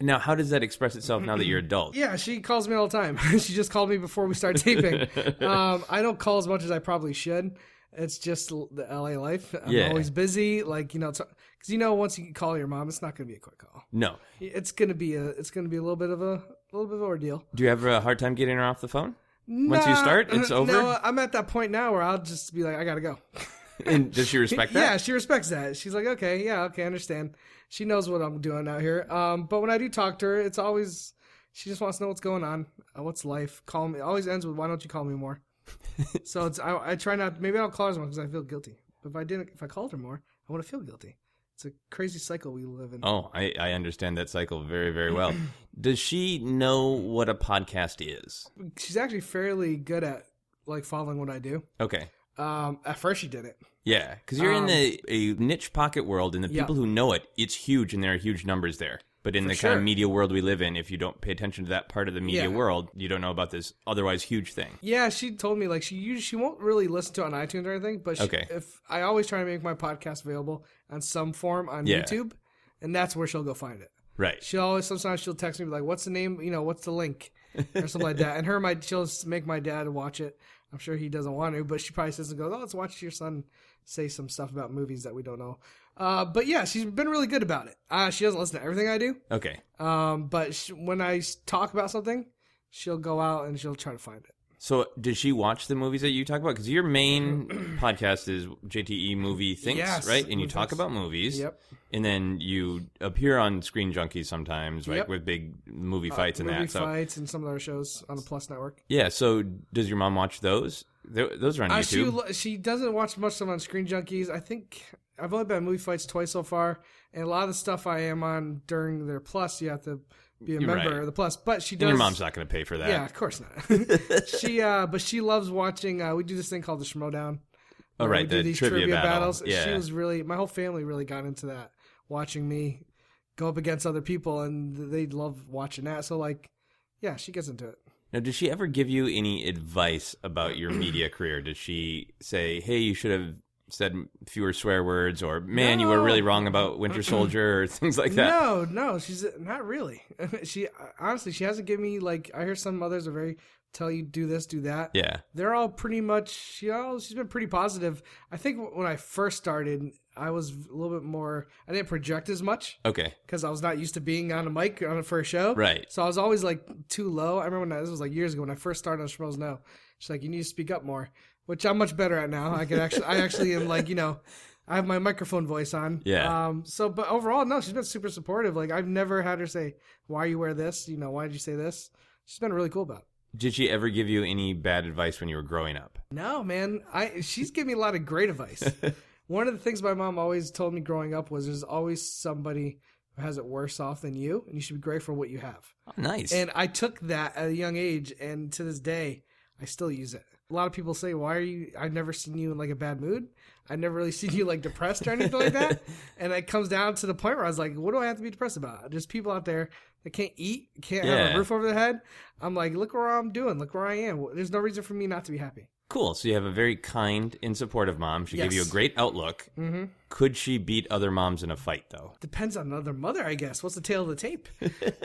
C: Now, how does that express itself now that you're adult?
K: Yeah, she calls me all the time. she just called me before we started taping. um, I don't call as much as I probably should. It's just l- the LA life. I'm
C: Yeah.
K: always busy. Like you know, because you know, once you call your mom, it's not going to be a quick call.
C: No.
K: It's gonna be a it's gonna be a little bit of a, little bit of ordeal.
C: Do you have a hard time getting her off the phone? Once you
K: Nah,
C: start, it's over.
K: No, I'm at that point now where I'll just be like, I gotta go.
C: And does she respect that?
K: Yeah, she respects that. She's like, okay, yeah, okay, I understand. She knows what I'm doing out here. Um, but when I do talk to her, it's always she just wants to know what's going on, uh, what's life. Call me. It always ends with, why don't you call me more? so it's I, I try not. Maybe I'll call her more because I feel guilty. But if I didn't, if I called her more, I wouldn't feel guilty. It's a crazy cycle we live in.
C: Oh, I, I understand that cycle very, very well. Does she know what a podcast is?
K: She's actually fairly good at like following what I do.
C: Okay.
K: Um, at first she did it.
C: Yeah, because you're in
K: Um,
C: the a niche pocket world, and the
K: Yeah.
C: people who know it, it's huge, and there are huge numbers there. But in
K: For
C: the kind
K: sure.
C: of media world we live in, if you don't pay attention to that part of the media
K: Yeah.
C: world, you don't know about this otherwise huge thing.
K: Yeah, she told me like she usually she won't really listen to it on iTunes or anything, but she,
C: Okay.
K: if I always try to make my podcast available on some form on
C: Yeah.
K: YouTube, and that's where she'll go find it.
C: Right.
K: She always sometimes she'll text me like, "What's the name? You know, what's the link?" or something like that. And her my she'll s- make my dad watch it. I'm sure he doesn't want to, but she probably says and goes, "Oh, let's watch your son say some stuff about movies that we don't know." Uh, but yeah, she's been really good about it. Uh, she doesn't listen to everything I do,
C: Okay.
K: um, but sh when I s- talk about something, she'll go out and she'll try to find it.
C: So does she watch the movies that you talk about? Because your main podcast is JTE Movie Thinks,
K: Yes,
C: right? And you
K: Movie
C: talk
K: Thinks.
C: about movies.
K: Yep.
C: And then you appear on Screen Junkies sometimes, right?
K: Yep.
C: With big movie
K: Uh,
C: fights and
K: movie
C: that. So
K: fights and some of our shows on the Plus Network.
C: yeah. So does your mom watch those? Th- Those are on
K: Uh, she
C: YouTube.
K: lo- she doesn't watch much stuff on Screen Junkies. I think I've only been on movie fights twice so far, and a lot of the stuff I am on during their Plus, you have to be a
C: You're
K: member
C: right.
K: of the Plus. But she
C: And
K: does.
C: your mom's not gonna pay for that.
K: Yeah, of course not. she uh, but she loves watching. Uh, we do this thing called the Schmodown.
C: Oh,
K: where
C: right,
K: we do
C: the trivia battle.
K: She
C: Yeah.
K: was really my whole family really got into that, watching me go up against other people, and they love watching that. So like, yeah, she gets into it.
C: now, does she ever give you any advice about your media career? Does she say, "Hey, you should have said fewer swear words," or "Man, you were really
K: No.
C: wrong about Winter Soldier," or things like that?
K: No, no, she's not really. she honestly, she hasn't given me like. I hear some mothers are very tell you do this, do that.
C: Yeah.
K: they're all pretty much. You know, she's been pretty positive. I think when I first started, I was a little bit more. I didn't project as much.
C: Okay.
K: Because I was not used to being on a mic on a first show.
C: Right.
K: So I was always like too low. I remember when I, this was like years ago when I first started on Schmoes No. She's like, you need to speak up more, which I'm much better at now. I could actually, I actually am like, you know, I have my microphone voice on.
L: Yeah.
K: Um. So, but overall, no, she's been super supportive. Like I've never had her say, why you wear this? You know, why did you say this? She's been really cool about it.
C: Did she ever give you any bad advice when you were growing up?
K: No, man. I she's given me a lot of great advice. One of the things my mom always told me growing up was there's always somebody who has it worse off than you, and you should be grateful for what you have.
C: Oh, nice.
K: And I took that at a young age, and to this day, I still use it. A lot of people say, "Why are you?" I've never seen you in like a bad mood. I've never really seen you like depressed or anything like that. And it comes down to the point where I was like, "What do I have to be depressed about?" There's people out there that can't eat, can't have
C: Yeah.
K: a roof over their head. I'm like, "Look where I'm doing. Look where I am. There's no reason for me not to be happy."
C: Cool. So you have a very kind and supportive mom. She gave you a
K: Yes.
C: great outlook.
K: Mhm.
C: Could she beat other moms in a fight, though?
K: depends on another mother, I guess. What's the tail of the tape?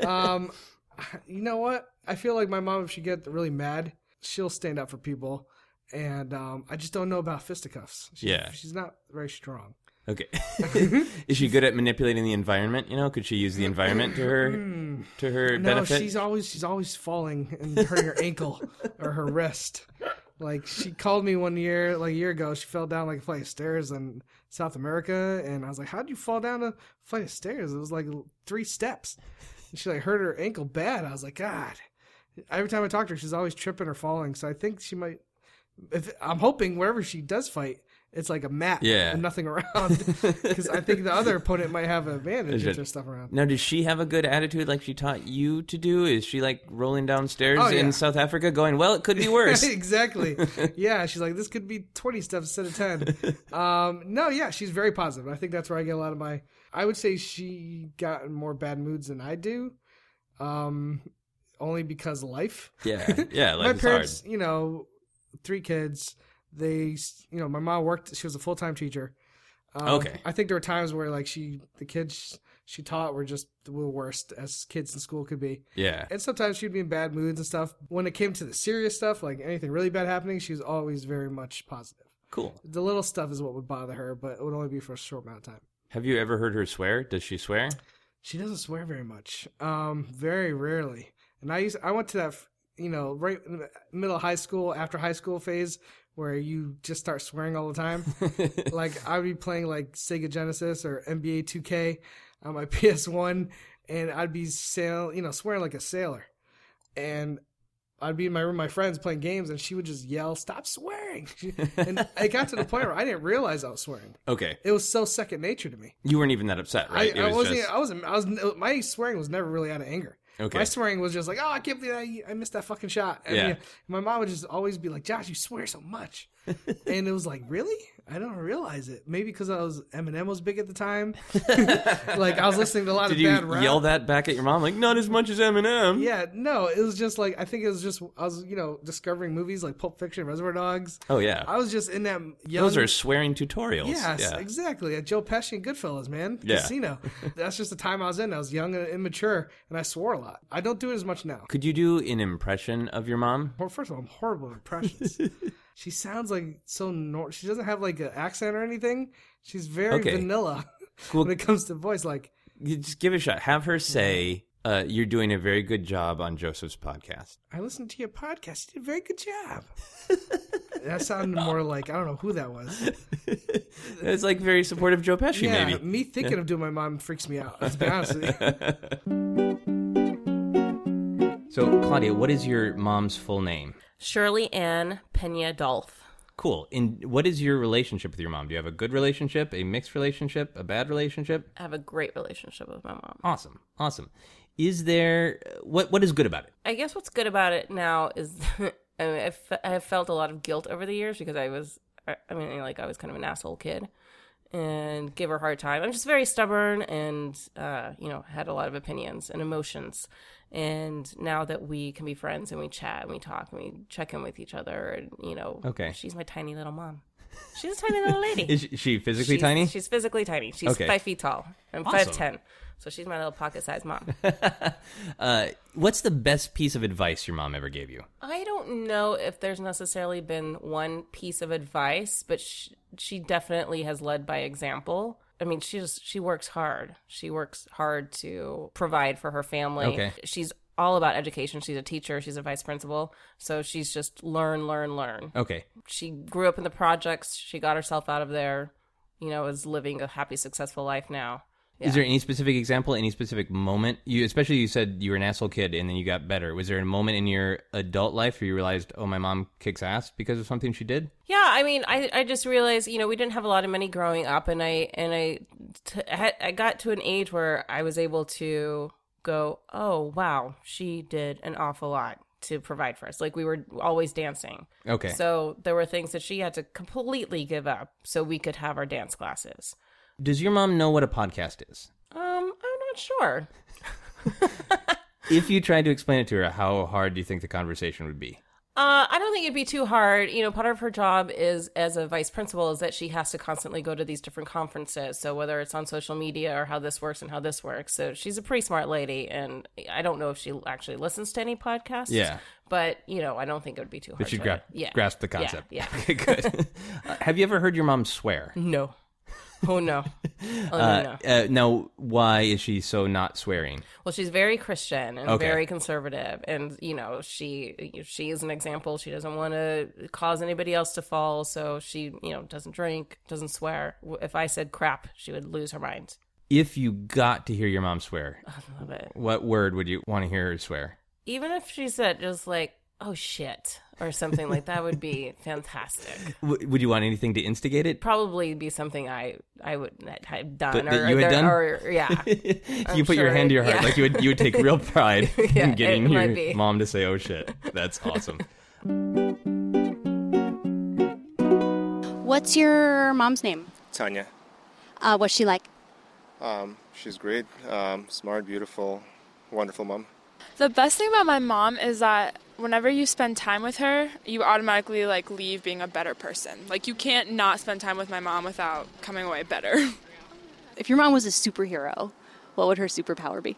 K: um, you know what? I feel like my mom, if she gets really mad, she'll stand up for people. And um, I just don't know about fisticuffs. She's,
C: Yeah.
K: she's not very strong.
C: Okay. Is she good at manipulating the environment? You know, could she use the environment to her
K: Mm.
C: to her
K: no,
C: benefit?
K: she's always she's always falling and hurting her ankle or her wrist. Like she called me one year, like a year ago, she fell down like a flight of stairs in South America, and I was like, "How would you fall down a flight of stairs? It was like three steps." And she like hurt her ankle bad. I was like, "God." Every time I talk to her, she's always tripping or falling. So I think she might. If I'm hoping wherever she does fight, it's like a mat,
C: Yeah.
K: and nothing around, because I think the other opponent might have an advantage
C: Is
K: if
C: it-
K: there's stuff around.
C: Now, does she have a good attitude like she taught you to do? Is she like rolling downstairs
K: Oh, yeah.
C: in South Africa going, well, it could be worse?
K: exactly. Yeah, she's like, this could be 20 steps instead of 10. Um, no, yeah, she's very positive. I think that's where I get a lot of my. I would say she got in more bad moods than I do, um, only because life.
C: Yeah, yeah,
K: my
C: life is
K: parents, you know, three kids. They, s- you know, my mom worked. She was a full time teacher. Um,
C: Okay.
K: I think there were times where like she, the kids she taught were just the worst as kids in school could be.
C: Yeah.
K: And sometimes she'd be in bad moods and stuff. When it came to the serious stuff, like anything really bad happening, she was always very much positive.
C: Cool.
K: The little stuff is what would bother her, but it would only be for a short amount of time.
C: Have you ever heard her swear? Does she swear?
K: She doesn't swear very much. Um, very rarely. And I used I went to that you know right in the middle of high school after high school phase where you just start swearing all the time. like I'd be playing like Sega Genesis or NBA 2K on my PS1, and I'd be sail you know swearing like a sailor, and. I'd be in my room, with my friends playing games, and she would just yell, "Stop swearing!" and it got to the point where I didn't realize I was swearing.
C: Okay.
K: It was so second nature to me.
C: You weren't even that upset, right?
K: I, I wasn't. I wasn't. I was. My swearing was never really out of anger.
C: Okay.
K: My swearing was just like, oh, I can't believe I, I missed that fucking shot. I
C: Yeah.
K: mean, my mom would just always be like, Josh, you swear so much, and it was like, really? I don't realize it. Maybe because I was Eminem was big at the time. like I was listening to a lot
C: Did
K: of
C: you
K: bad rap.
C: yell that back at your mom? Like, not as much as Eminem.
K: Yeah, no, it was just like I think it was just I was you know discovering movies like Pulp Fiction, Reservoir Dogs.
C: Oh, yeah.
K: I was just in that. Young,
C: Those are swearing tutorials.
K: Yes,
C: yeah.
K: exactly. At Joe Pesci and Goodfellas, man.
C: Yeah.
K: Casino. That's just the time I was in. I was young and immature, and I swore a lot. I don't do it as much now.
C: Could you do an impression of your mom?
K: Well, first of all, I'm horrible at impressions. she sounds like so nor. She doesn't have like an accent or anything. She's very
C: Okay.
K: vanilla
C: Cool.
K: when it comes to voice. Like,
C: You Just give it a shot. Have her say Uh, you're doing a very good job on Joseph's podcast.
K: I listened to your podcast. You did a very good job. that sounded more like I don't know who that was.
C: It's like very supportive Joe Pesci,
K: yeah,
C: maybe.
K: me thinking of doing my mom freaks me out. To be honest, with you.
C: So, Claudia, what is your mom's full name?
L: Shirley Ann Pena Dolph.
C: Cool. And what is your relationship with your mom? Do you have a good relationship, a mixed relationship, a bad relationship?
L: I have a great relationship with my mom.
C: Awesome. Awesome. Is there what what is good about it?
L: I guess what's good about it now is I, mean, I, f- I have felt a lot of guilt over the years because I was, I I mean, like I was kind of an asshole kid and give her a hard time. I'm just very stubborn and, uh, you know, had a lot of opinions and emotions. And now that we can be friends and we chat and we talk and we check in with each other, and, you know,
C: Okay.
L: she's my tiny little mom. She's a tiny little lady.
C: Is she- she physically
L: She's-
C: tiny?
L: She's physically tiny. She's
C: Okay.
L: five feet tall. I'm
C: Awesome.
L: 5'10. So she's my little pocket sized mom.
C: Uh, what's the best piece of advice your mom ever gave you?
L: I don't know if there's necessarily been one piece of advice, but she, she definitely has led by example. I mean, she just she works hard. She works hard to provide for her family.
C: Okay.
L: She's all about education. She's a teacher. She's a vice principal. So she's just learn, learn, learn.
C: Okay.
L: She grew up in the projects. She got herself out of there. You know, is living a happy, successful life now.
C: Is there any specific example, any specific moment? You especially you said you were an asshole kid and then you got better. Was there a moment in your adult life where you realized, "Oh, my mom kicks ass because of something she did?"
L: Yeah, I mean, I, I just realized, you know, we didn't have a lot of money growing up, and I and I t- had, I got to an age where I was able to go, oh wow, she did an awful lot to provide for us. Like we were always dancing.
C: Okay.
L: So there were things that she had to completely give up so we could have our dance classes.
C: Does your mom know what a podcast is?
L: Um, I'm not sure.
C: if you tried to explain it to her, how hard do you think the conversation would be?
L: Uh, I don't think it'd be too hard. You know, part of her job is as a vice principal is that she has to constantly go to these different conferences. So whether it's on social media or how this works and how this works, so she's a pretty smart lady, and I don't know if she actually listens to any podcasts.
C: Yeah.
L: but you know, I don't think it would be too hard.
C: But you
L: to-
C: gra-
L: yeah.
C: grasp the
L: Yeah,
C: concept.
L: Yeah.
C: Okay, good. Uh, have you ever heard your mom swear?
L: No. Oh no. Oh no. no.
C: Uh, uh, now, why is she so not swearing?
L: Well, she's very Christian and
C: Okay.
L: very conservative, and you know she she is an example. She doesn't want to cause anybody else to fall, so she you know doesn't drink, doesn't swear. W- If I said crap, she would lose her mind.
C: If you got to hear your mom swear,
L: I love it.
C: what word would you want to hear her swear?
L: Even if she said just like "oh shit" or something like that, would be fantastic.
C: W- would you want anything to instigate it?
L: Probably be something I I would that I've done
C: That-
L: Uh, or
C: that you had
L: there-
C: done?
L: or yeah.
C: you
L: I'm
C: put your
L: sure-
C: hand to your heart,
L: yeah.
C: like you would. You would take real pride
L: Yeah,
C: in getting
L: it might
C: your
L: be.
C: mom to say, "Oh shit." That's awesome.
E: What's your mom's name?
M: Tanya.
E: Uh, what's she like?
M: Um, she's great, um, smart, beautiful, wonderful mom.
N: The best thing about my mom is that whenever you spend time with her, you automatically like leave being a better person. Like you can't not spend time with my mom without coming away better.
E: If your mom was a superhero, what would her superpower be?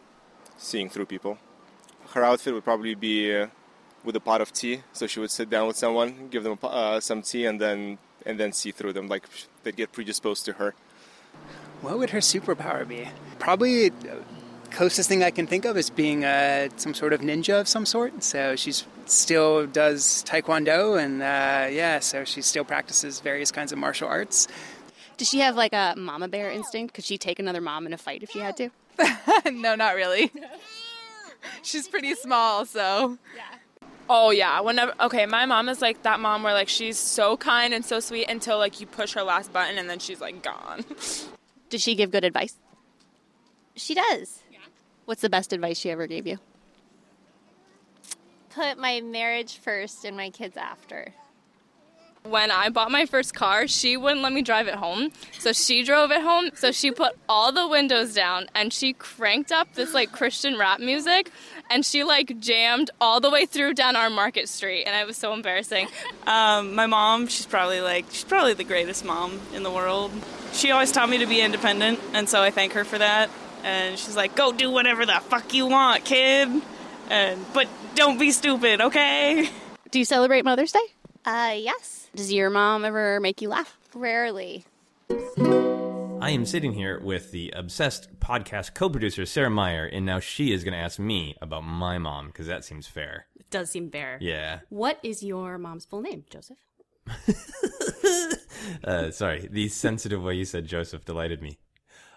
M: Seeing through people. Her outfit would probably be uh, with a pot of tea. So she would sit down with someone, give them a po- uh, some tea, and then and then see through them. Like sh- they'd get predisposed to her.
O: What would her superpower be? Probably uh, closest thing I can think of is being uh, some sort of ninja of some sort. So she still does taekwondo, and uh, yeah, so she still practices various kinds of martial arts.
E: Does she have like a mama bear instinct? Could she take another mom in a fight if she had to?
N: no, not really. She's pretty small, so. Oh yeah, whenever okay, my mom is like that mom where like she's so kind and so sweet until like you push her last button and then she's like gone.
E: Does she give good advice? She does. What's the best advice she ever gave you?
P: Put my marriage first and my kids after.
Q: When I bought my first car, she wouldn't let me drive it home. So she drove it home. So she put all the windows down and she cranked up this like Christian rap music and she like jammed all the way through down our market street and it was so embarrassing.
R: Um, my mom, she's probably like, she's probably the greatest mom in the world. She always taught me to be independent, and so I thank her for that. And she's like, go do whatever the fuck you want, kid. And but don't be stupid, okay?
E: Do you celebrate Mother's Day?
P: Uh, yes,
E: Does your mom ever make you laugh?
P: rarely.
C: I am sitting here with the Obsessed podcast co producer, Sarah Meyer, and now she is going to ask me about my mom because that seems fair.
H: It does seem fair.
C: Yeah.
H: What is your mom's full name, Joseph?
C: Uh, sorry, the sensitive way you said Joseph delighted me.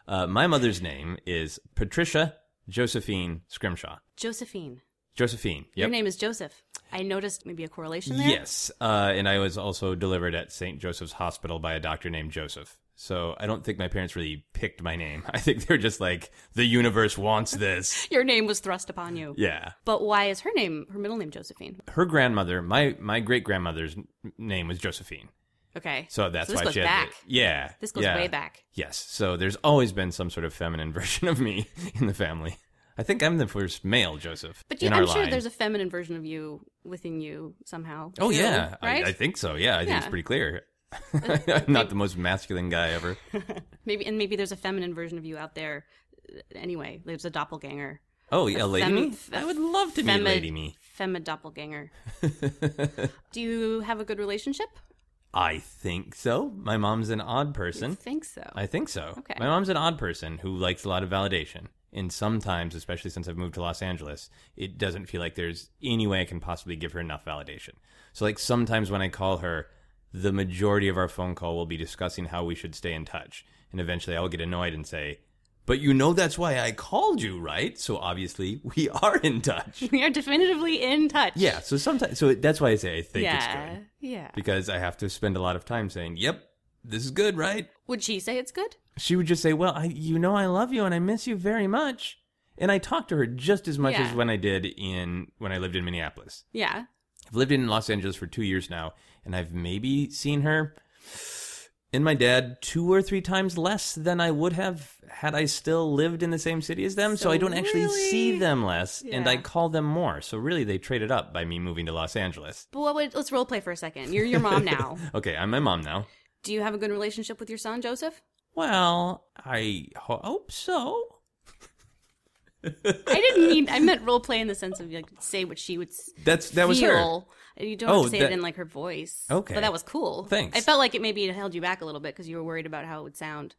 C: Uh, my mother's name is Patricia Josephine Scrimshaw.
H: Josephine.
C: Josephine. Yep.
H: Your name is Joseph. I noticed maybe a correlation there.
C: Yes, uh, and I was also delivered at St. Joseph's Hospital by a doctor named Joseph. So I don't think my parents really picked my name. I think they're just like the universe wants this.
H: Your name was thrust upon you.
C: yeah.
H: But why is her name, her middle name, Josephine?
C: Her grandmother, my my great grandmother's name was Josephine.
H: Okay.
C: So that's
H: this
C: why
H: goes
C: she had
H: back.
C: the- yeah.
H: This goes
C: yeah.
H: way back.
C: Yes. So there's always been some sort of feminine version of me in the family. I think I'm the first male Joseph
H: But you,
C: in our
H: I'm sure
C: line.
H: there's a feminine version of you within you somehow.
C: Oh
H: too,
C: yeah,
H: right.
C: I, I think so. Yeah, I think it's
H: Yeah.
C: pretty clear. I'm not the most masculine guy ever.
H: Maybe and maybe there's a feminine version of you out there. uh, Anyway, there's a doppelganger.
C: Oh, yeah, Lady Me?
H: I
C: I would love to meet Lady Me.
H: Fema doppelganger. Do you have a good relationship?
C: I think so. My mom's an odd person.
H: think so?
C: I think so.
H: Okay.
C: My mom's an odd person who likes a lot of validation. And sometimes, especially since I've moved to Los Angeles, it doesn't feel like there's any way I can possibly give her enough validation. So, like, sometimes when I call her, the majority of our phone call will be discussing how we should stay in touch. And eventually I will get annoyed and say, But you know that's why I called you, right? So obviously we are in touch.
H: we are definitively in touch.
C: Yeah. So sometimes, so that's why I say I think it's good.
H: yeah. Yeah.
C: because I have to spend a lot of time saying, "Yep, this is good, right?"
H: Would she say it's good?
C: She would just say, "Well, I, you know, I love you and I miss you very much." And I talk to her just as much
H: Yeah.
C: as when I did in when I lived in Minneapolis.
H: Yeah.
C: I've lived in Los Angeles for two years now, and I've maybe seen her and my dad two or three times less than I would have had I still lived in the same city as them. So, I don't actually see them less, and I
H: Yeah.
C: call them more. So really, they traded up by me moving to Los Angeles.
H: But what would, let's role play for a second. You're your mom now.
C: okay, I'm my mom now.
H: Do you have a good relationship with your son, Joseph?
C: Well, I ho- hope so.
H: I didn't mean. I meant role play in the sense of like say what she would. s-
C: That's- that was her.
H: feel. You don't
C: Oh,
H: have to say
C: that-
H: it in like her voice.
C: Okay.
H: but that was cool.
C: Thanks.
H: I felt like it maybe held you back a little bit because you were worried about how it would sound.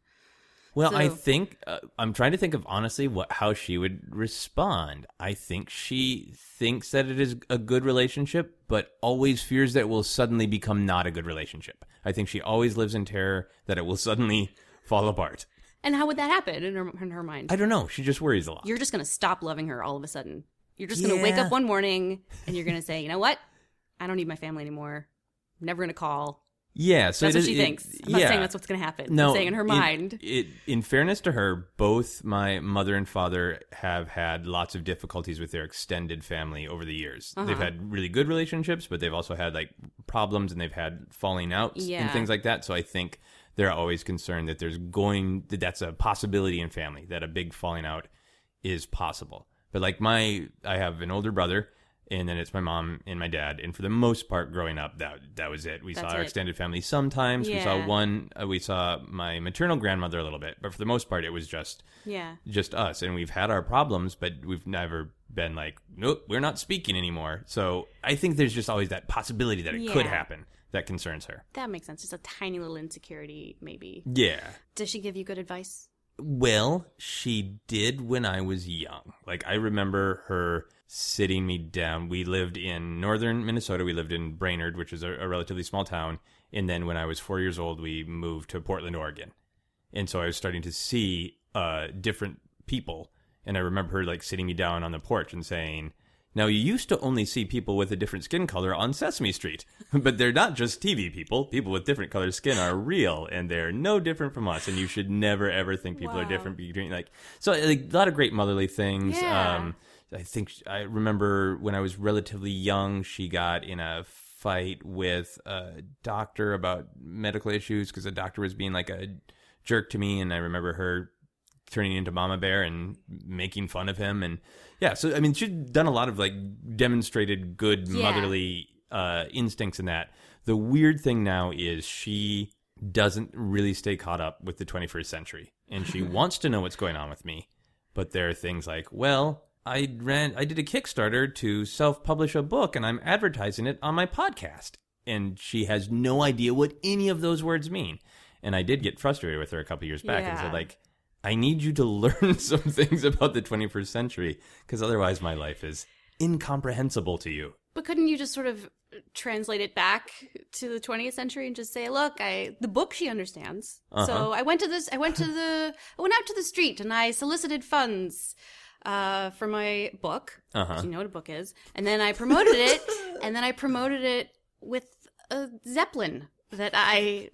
C: Well, I
H: So-
C: think uh, I'm trying to think of honestly what how she would respond. I think she thinks that it is a good relationship, but always fears that it will suddenly become not a good relationship. I think she always lives in terror that it will suddenly fall apart.
H: And how would that happen in her in her mind?
C: I don't know. She just worries a lot.
H: You're just gonna stop loving her all of a sudden. You're just gonna wake
C: Yeah.
H: up one morning and you're gonna say, you know what? I don't need my family anymore. I'm never gonna call.
C: Yeah, so
H: that's
C: it
H: what
C: is-
H: she
C: it-
H: thinks. I'm not
C: yeah.
H: saying that's what's gonna happen.
C: No,
H: I'm saying in her mind.
C: It, in fairness to her, both my mother and father have had lots of difficulties with their extended family over the years. They've
S: Uh-huh.
C: had really good relationships, but they've also had like problems and they've had falling outs and
S: Yeah.
C: things like that. So I think they're always concerned that there's going that that's a possibility in family that a big falling out is possible. But like my, I have an older brother. And then it's my mom and my dad, and for the most part, growing up, that that was it. We
S: That's
C: saw our
S: it.
C: extended family sometimes. We saw
S: Yeah.
C: one. Uh, we saw my maternal grandmother a little bit, but for the most part, it was just
S: Yeah.
C: just us. And we've had our problems, but we've never been like, nope, we're not speaking anymore. So I think there's just always that possibility that it could
H: Yeah.
C: happen that concerns her.
H: That makes sense. Just a tiny little insecurity, maybe.
C: Yeah.
H: Does she give you good advice?
C: Well, she did when I was young. Like I remember her sitting me down. We lived in northern Minnesota. We lived in Brainerd, which is a, a relatively small town. And then when I was four years old, we moved to Portland, Oregon. And so I was starting to see uh, different people. And I remember her like sitting me down on the porch and saying, now, you used to only see people with a different skin color on Sesame Street, but they're not just TV people. People with different color skin are real, and they're no different from us. And you should never ever think people are different between like so. Like, a lot of great motherly things.
S: Yeah.
C: Um, I think sh- I remember when I was relatively young, she got in a fight with a doctor about medical issues because the doctor was being like a jerk to me, and I remember her turning into Mama Bear and making fun of him, and yeah. So I mean, she's done a lot of like demonstrated good
S: Yeah.
C: motherly uh, instincts in that. The weird thing now is she doesn't really stay caught up with the 21st century, and she wants to know what's going on with me, but there are things like, well, I ran, I did a Kickstarter to self-publish a book, and I'm advertising it on my podcast, and she has no idea what any of those words mean. and I did get frustrated with her a couple years back and said
S: Yeah.
C: like, I need you to learn some things about the 21st century because otherwise my life is incomprehensible to you.
H: But couldn't you just sort of translate it back to the 20th century and just say, "Look, I the book she understands.
C: Uh-huh.
H: So I went to this. I went to the. I went out to the street and I solicited funds uh, for my book. 'cause
B: Uh-huh.
H: You know what a book is. And then I promoted it. and then I promoted it with a zeppelin that I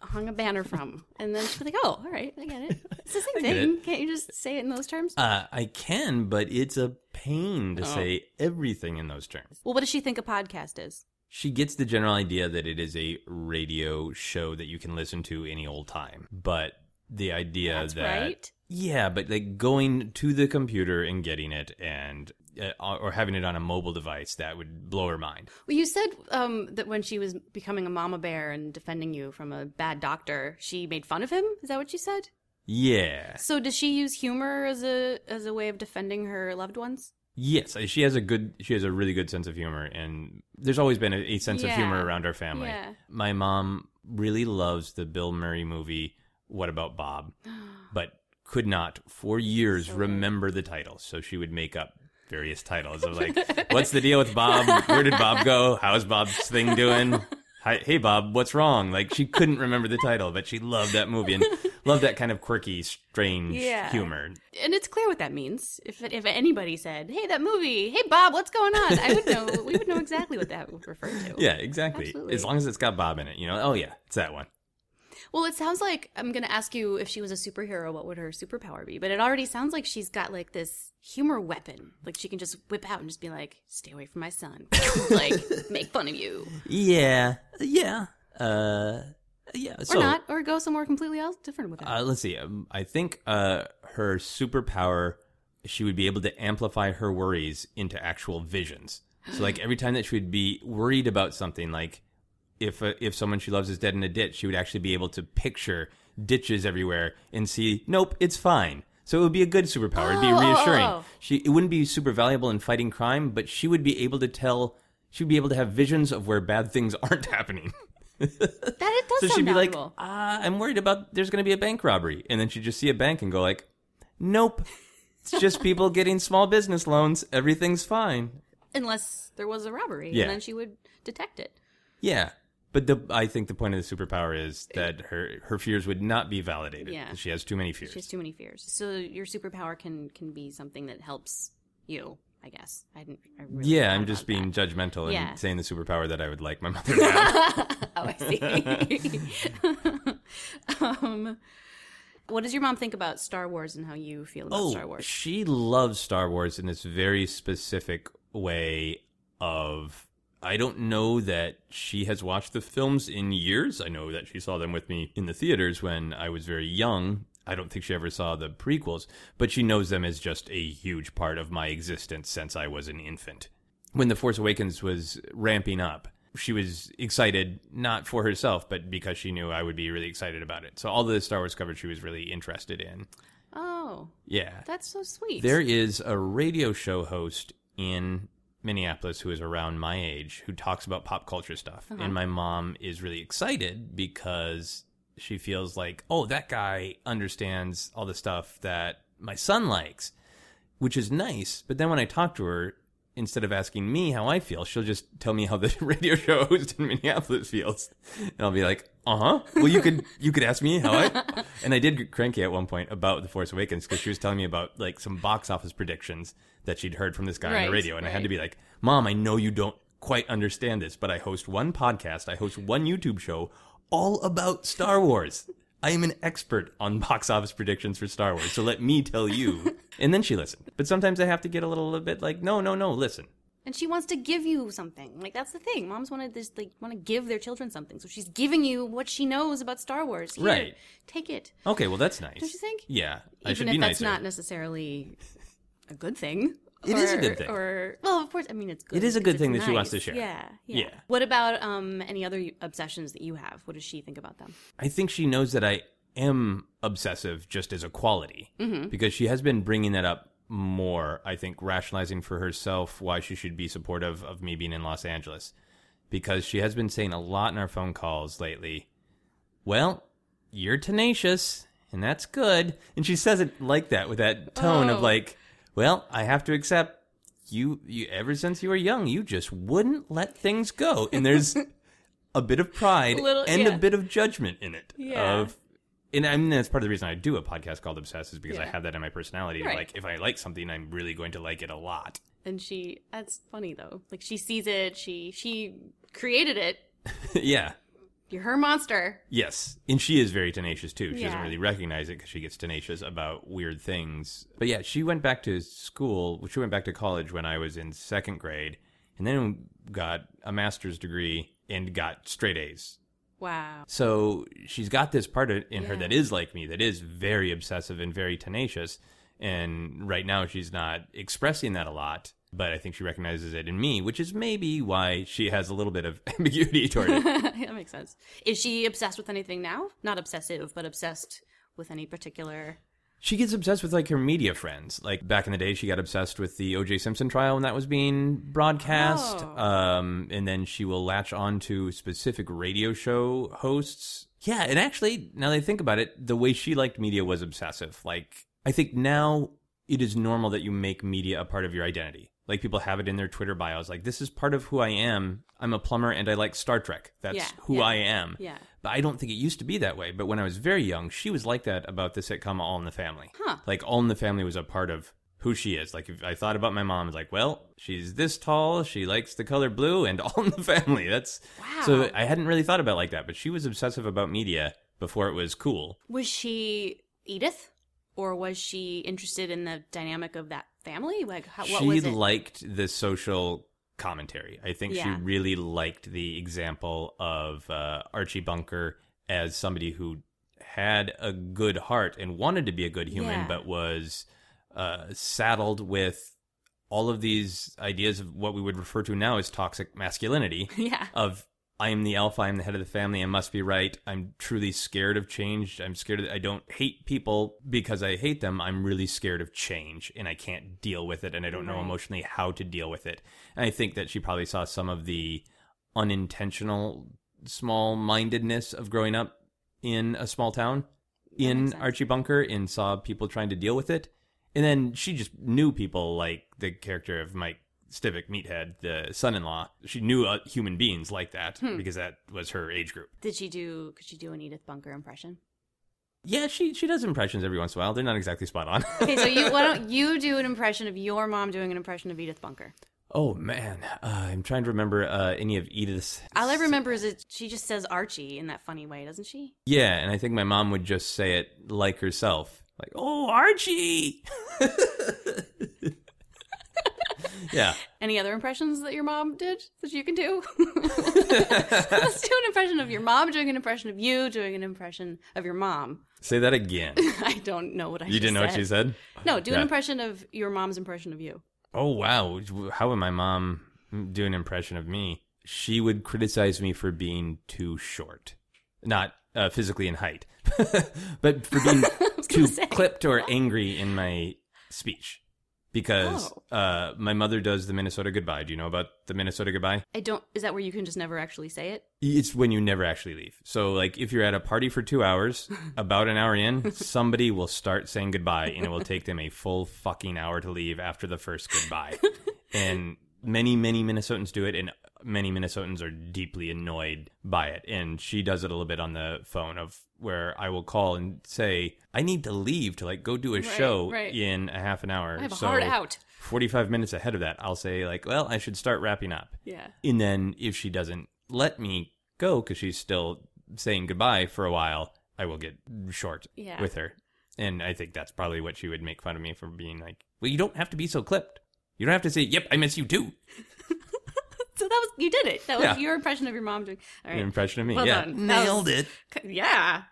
H: hung a banner from. And then she's like, "Oh, all right, I get it. It's the same
C: get
H: thing.
C: it.
H: Can't you just say it in those terms?"
C: Uh, I can, but it's a pain to
H: Oh.
C: say everything in those terms.
H: well, what does she think a podcast is?
C: She gets the general idea that it is a radio show that you can listen to any old time, but the idea
H: That's
C: that
H: right.
C: yeah, but like going to the computer and getting it and uh, or having it on a mobile device that would blow her mind.
H: Well, you said um, that when she was becoming a mama bear and defending you from a bad doctor, she made fun of him. Is that what you said?
C: Yeah.
H: So does she use humor as a as a way of defending her loved ones?
C: Yes, uh, she has a good, she has a really good sense of humor, and there's always been a, a sense of
H: Yeah.
C: humor around our family.
H: Yeah.
C: My mom really loves the Bill Murray movie What About Bob, but could not for years remember the title, so she would make up various titles of like, "What's the deal with Bob? Where did Bob go? How's Bob's thing doing?" Hi, hey Bob, what's wrong? Like she couldn't remember the title, but she loved that movie and loved that kind of quirky, strange
H: Yeah.
C: humor.
H: And it's clear what that means. If if anybody said, "Hey, that movie. Hey, Bob, what's going on?" I would know. we would know exactly what that would refer to.
C: Yeah, exactly.
H: Absolutely.
C: As long as it's got Bob in it, you know. Oh yeah, it's that one.
H: Well, it sounds like I'm going to ask you if she was a superhero, what would her superpower be? But it already sounds like she's got like this humor weapon. Like she can just whip out and just be like, stay away from my son. like, make fun of you.
C: Yeah, yeah, uh, yeah.
H: or
C: so,
H: not. Or go somewhere completely else different with it.
C: uh, let's see. Um, I think uh, her superpower, she would be able to amplify her worries into actual visions. So, like every time that she would be worried about something, like if uh, if someone she loves is dead in a ditch, she would actually be able to picture ditches everywhere and see, nope, it's fine. So it would be a good superpower. It'd be
S: Oh, oh, oh,
C: reassuring.
S: oh.
C: She it wouldn't be super valuable in fighting crime, but she would be able to tell. She would be able to have visions of where bad things aren't happening.
H: That it does
C: So
H: sound
C: she'd be like,
H: valuable.
C: "Ah, I'm worried about there's going to be a bank robbery, and then she'd just see a bank and go like, "Nope, it's just people getting small business loans. Everything's fine."
H: Unless there was a robbery.
C: Yeah.
H: And then she would detect it.
C: Yeah, but the I think the point of the superpower is that her her fears would not be validated.
H: Yeah.
C: she has too many fears.
H: She has too many fears. So your superpower can can be something that helps you, I guess. I didn't. I really
C: yeah, I'm just being judgmental and
H: Yeah.
C: saying the superpower that I would like my mother to have.
H: oh, I Oh, see. um, what does your mom think about Star Wars and how you feel about
C: oh,
H: Star Wars?
C: She loves Star Wars in this very specific way of I don't know that she has watched the films in years. I know that she saw them with me in the theaters when I was very young. I don't think she ever saw the prequels, but she knows them as just a huge part of my existence since I was an infant. When The Force Awakens was ramping up, she was excited not for herself, but because she knew I would be really excited about it. So all the Star Wars coverage she was really interested in.
H: Oh,
C: Yeah.
H: that's so sweet.
C: There is a radio show host in Minneapolis who is around my age who talks about pop culture stuff.
S: Uh-huh.
C: And my mom is really excited because she feels like, oh, that guy understands all the stuff that my son likes, which is nice. But then when I talk to her, instead of asking me how I feel, she'll just tell me how the radio show host in Minneapolis feels. And I'll be like, uh huh. Well, you could, you could ask me how I, and I did get cranky at one point about The Force Awakens because she was telling me about like some box office predictions that she'd heard from this guy on
S: Right,
C: the radio. And I had to
S: right.
C: be like, Mom, I know you don't quite understand this, but I host one podcast, I host one YouTube show all about Star Wars. I am an expert on box office predictions for Star Wars, so let me tell you. and then she listened. But sometimes I have to get a little bit like, no, no, no, listen.
H: and she wants to give you something. Like that's the thing. Moms want to just like want to give their children something. So she's giving you what she knows about Star Wars. Here,
C: Right.
H: Take it.
C: Okay, well, that's nice.
H: Don't you think?
C: Yeah, I
H: Even
C: should
H: if
C: be
H: that's
C: nicer.
H: not necessarily a good thing.
C: It
H: or,
C: is a good thing.
H: Or well, of course, I mean it's good.
C: It is a
H: because
C: good
H: it's
C: thing that she wants to
H: nice.
C: share.
H: Yeah, yeah.
C: Yeah.
H: What about um any other obsessions that you have? What does she think about them?
C: I think she knows that I am obsessive just as a quality
S: Mm-hmm.
H: Mhm.
C: because she has been bringing that up more. I think rationalizing for herself why she should be supportive of me being in Los Angeles because she has been saying a lot in our phone calls lately. Well, you're tenacious and that's good. And she says it like that with that tone
S: Oh.
C: of like, well, I have to accept you, you ever since you were young, you just wouldn't let things go. And there's a bit of pride
S: Little-
C: and
S: yeah.
C: a bit of judgment in it
S: Yeah.
C: of and I mean that's part of the reason I do a podcast called Obsessed is because I
H: Yeah.
C: have that in my personality.
H: Right.
C: Like if I like something, I'm really going to like it a lot.
H: And she that's funny though. Like she sees it, she she created it.
C: yeah.
H: You're her monster.
C: Yes, and she is very tenacious too. She doesn't
H: Yeah.
C: really recognize it because she gets tenacious about weird things. But yeah, she went back to school. She went back to college when I was in second grade, and then got a master's degree and got straight A's.
H: Wow.
C: So she's got this part of- in her
H: Yeah.
C: that is like me, that is very obsessive and very tenacious. And right now she's not expressing that a lot, but I think she recognizes it in me, which is maybe why she has a little bit of ambiguity toward it.
H: that makes sense. Is she obsessed with anything now? Not obsessive, but obsessed with any particular
C: She gets obsessed with like her media friends. Like back in the day, she got obsessed with the O.J. Simpson trial when that was being broadcast.
H: Oh.
C: Um, and then she will latch on to specific radio show hosts. Yeah, and actually, now that I think about it, the way she liked media was obsessive. Like I think now it is normal that you make media a part of your identity. Like people have it in their Twitter bios. Like this is part of who I am. I'm a plumber and I like Star Trek. That's
H: Yeah,
C: who
H: yeah,
C: I am.
H: yeah.
C: But I don't think it used to be that way. But when I was very young, she was like that about the sitcom All in the Family.
H: Huh.
C: Like All in the Family was a part of who she is. Like if I thought about my mom, it's like, well, she's this tall, she likes the color blue, and All in the Family. That's wow. So I hadn't really thought about it like that. But she was obsessive about media before it was cool.
H: Was she Edith, or was she interested in the dynamic of that family? Like, how, what
C: she
H: was it?
C: liked the social commentary. I think
H: Yeah.
C: she really liked the example of uh, Archie Bunker as somebody who had a good heart and wanted to be a good human,
S: Yeah.
C: but was uh, saddled with all of these ideas of what we would refer to now as toxic masculinity.
H: Yeah.
C: Of I am the alpha, I am the head of the family, I must be right. I'm truly scared of change. I'm scared of, I don't hate people because I hate them. I'm really scared of change and I can't deal with it and I don't know
S: Right.
C: emotionally how to deal with it. And I think that she probably saw some of the unintentional small mindedness of growing up in a small town in Archie Bunker and saw people trying to deal with it. And then she just knew people like the character of Mike Stivic, Meathead, the son in law. She knew uh, human beings like that
H: Hmm.
C: because that was her age group.
H: Did she do? Could she do an Edith Bunker impression?
C: Yeah, she, she does impressions every once in a while. They're not exactly spot on.
H: Okay, so you why don't you do an impression of your mom doing an impression of Edith Bunker?
C: oh, man. Uh, I'm trying to remember uh, any of Edith's.
H: All I remember is that she just says Archie in that funny way, doesn't she?
C: Yeah, and I think my mom would just say it like herself. Like, Oh, Archie! yeah.
H: Any other impressions that your mom did that you can do? Let's do an impression of your mom doing an impression of you doing an impression of your mom.
C: Say that again.
H: I don't know what I.
C: you didn't know what she said?
H: No, do an
C: Yeah.
H: impression of your mom's impression of you.
C: Oh wow! How would my mom do an impression of me? She would criticize me for being too short, not uh, physically in height, but for being too clipped or angry in my speech. Because uh, my mother does the Minnesota goodbye. Do you know about the Minnesota goodbye?
H: I don't. Is that where you can just never actually say it?
C: It's when you never actually leave. So, like, if you're at a party for two hours, about an hour in, somebody will start saying goodbye, and it will take them a full fucking hour to leave after the first goodbye. and many, many Minnesotans do it, and many Minnesotans are deeply annoyed by it. And she does it a little bit on the phone of where I will call and say, I need to leave to like go do a
H: Right,
C: show
H: right.
C: in a half an hour.
H: I have a
C: so
H: hard out.
C: 45 minutes ahead of that, I'll say, like, well, I should start wrapping up.
H: Yeah.
C: And then if she doesn't let me go because she's still saying goodbye for a while, I will get short
S: Yeah.
C: with her. And I think that's probably what she would make fun of me for being like, well, you don't have to be so clipped. You don't have to say, yep, I miss you too.
H: So that was you did it. That was
C: Yeah.
H: your impression of your mom doing. All right.
C: Your impression of me.
H: Well
C: yeah.
H: done. That was- Yeah.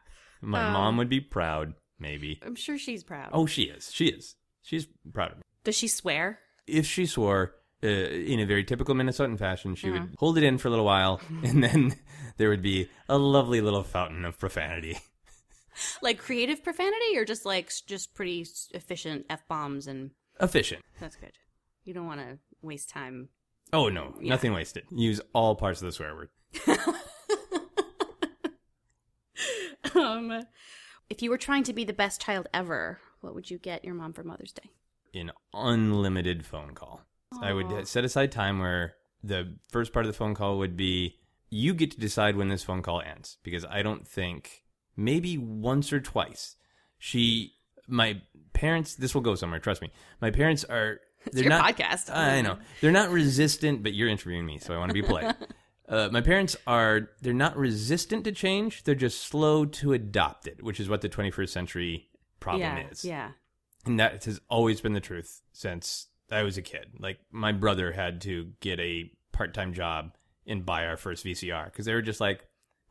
C: My
H: Um,
C: mom would be proud, maybe.
H: I'm sure she's proud.
C: Oh, she is. She is. She's proud of me.
H: Does she swear?
C: If she swore uh, in a very typical Minnesotan fashion, she would
H: Mhm.
C: hold it in for a little while, and then there would be a lovely little fountain of profanity.
H: Like creative profanity, or just like s- just pretty s- efficient f bombs and
C: Efficient.
H: That's good. You don't want to waste time.
C: Oh, no. Nothing wasted. Use all parts of the swear word.
H: Um, if you were trying to be the best child ever, what would you get your mom for Mother's Day?
C: an unlimited phone call. I
H: Aw.
C: would set aside time where the first part of the phone call would be you get to decide when this phone call ends because I don't think maybe once or twice she my parents this will go somewhere trust me my parents are
H: It's
C: they're
H: your
C: not
H: podcast.
C: I know they're not resistant but you're interviewing me so I want to be polite uh, my parents are they're not resistant to change they're just slow to adopt it which is what the 21st century problem
H: yeah,
C: is
H: Yeah.
C: and that has always been the truth since I was a kid. Like my brother had to get a part-time job and buy our first VCR because they were just like,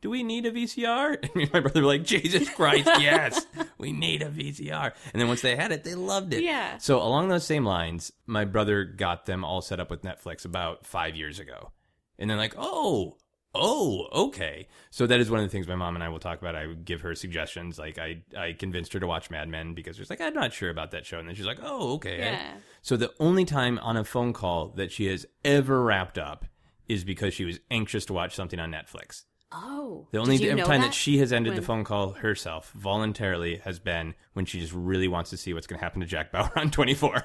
C: "Do we need a VCR?" And me and my brother were like, "Jesus Christ, yes, we need a VCR." And then once they had it, they loved it.
H: Yeah.
C: So along those same lines, my brother got them all set up with Netflix about five years ago, and then like, "Oh." Oh, okay. So that is one of the things my mom and I will talk about. I would give her suggestions. Like I, I convinced her to watch Mad Men because she's like, I'm not sure about that show. And then she's like, oh, okay. I-
J: Yeah.
C: So the only time on a phone call that she has ever wrapped up is because she was anxious to watch something on Netflix.
H: Oh.
C: The only
H: Did you
C: time
H: know
C: that? she has ended
H: When-
C: the phone call herself voluntarily has been when she just really wants to see what's going to happen to Jack Bauer on 24.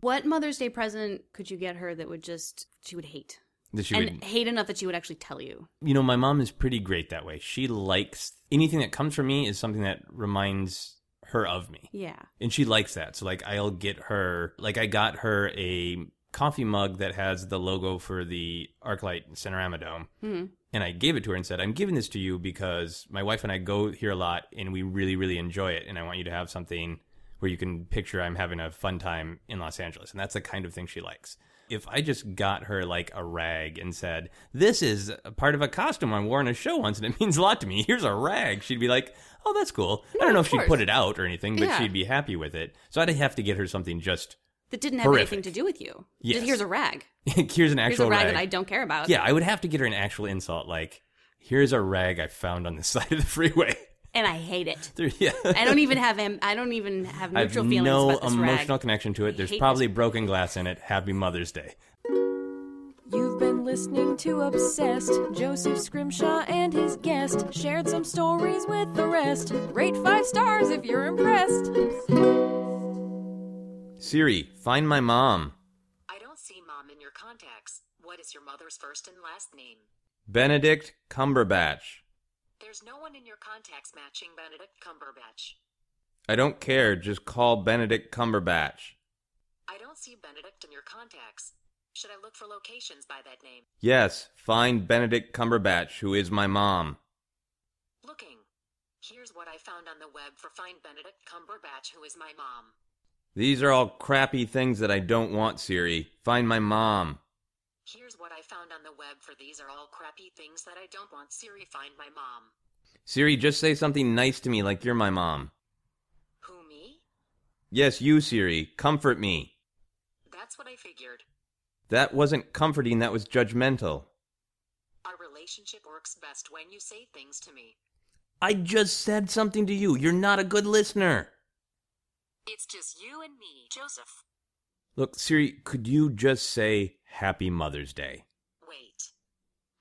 H: What Mother's Day present could you get her that would just she would hate?
C: That she
H: and
C: would-
H: hate enough that she would actually tell you.
C: you know, my mom is pretty great that way. She likes anything that comes from me is something that reminds her of me.
H: Yeah.
C: And she likes that. So like I'll get her like I got her a coffee mug that has the logo for the Arclight Cinerama Dome.
J: Mm-hmm.
H: Mhm.
C: And I gave it to her and said, "I'm giving this to you because my wife and I go here a lot and we really really enjoy it and I want you to have something where you can picture I'm having a fun time in Los Angeles." And that's the kind of thing she likes. If I just got her like a rag and said, "This is a part of a costume I wore in a show once and it means a lot to me. Here's a rag." She'd be like, "Oh, that's cool." I don't know
H: of
C: if she'd
H: course.
C: put it out or anything, but
H: Yeah.
C: she'd be happy with it. So I'd have to get her something just
H: That didn't have
C: horrific.
H: anything to do with you.
C: Yes.
H: Just here's a rag.
C: here's
H: Here's
C: an actual
H: a rag that I don't care about.
C: Yeah, I would have to get her an actual insult like, "Here's a rag I found on the side of the freeway."
H: And I hate it.
C: There- yeah.
H: I don't even have am- I don't even have
C: I have
H: neutral feelings
C: no
H: about this
C: emotional
H: rag.
C: connection to it. There's
H: hate
C: probably broken glass in it. Happy Mother's Day.
B: You've been listening to Obsessed. Joseph Scrimshaw and his guest shared some stories with the rest. Rate five stars if you're impressed.
C: Siri, find my mom.
T: I don't see mom in your contacts. What is your mother's first and last name?
C: Benedict Cumberbatch.
T: There's no one in your contacts matching Benedict Cumberbatch.
C: I don't care. Just call Benedict Cumberbatch.
T: I don't see Benedict in your contacts. Should I look for locations by that name?
C: Yes, find Benedict Cumberbatch, who is my mom.
T: Looking. Here's what I found on the web for Find Benedict Cumberbatch, who is my mom.
C: These are all crappy things that I don't want, Siri. Find my mom.
T: Here's what I found on the web for these are all crappy things that I don't want Siri find my mom.
C: Siri, just say something nice to me like you're my mom.
T: Who me?
C: Yes, you, Siri. Comfort me.
T: That's what I figured.
C: That wasn't comforting, that was judgmental.
T: Our relationship works best when you say things to me.
C: I just said something to you. You're not a good listener.
T: It's just you and me, Joseph.
C: Look, Siri, could you just say Happy Mother's Day?
T: Wait.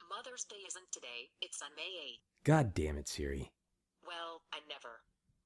T: Mother's Day isn't today, it's on May 8th.
C: God damn it, Siri.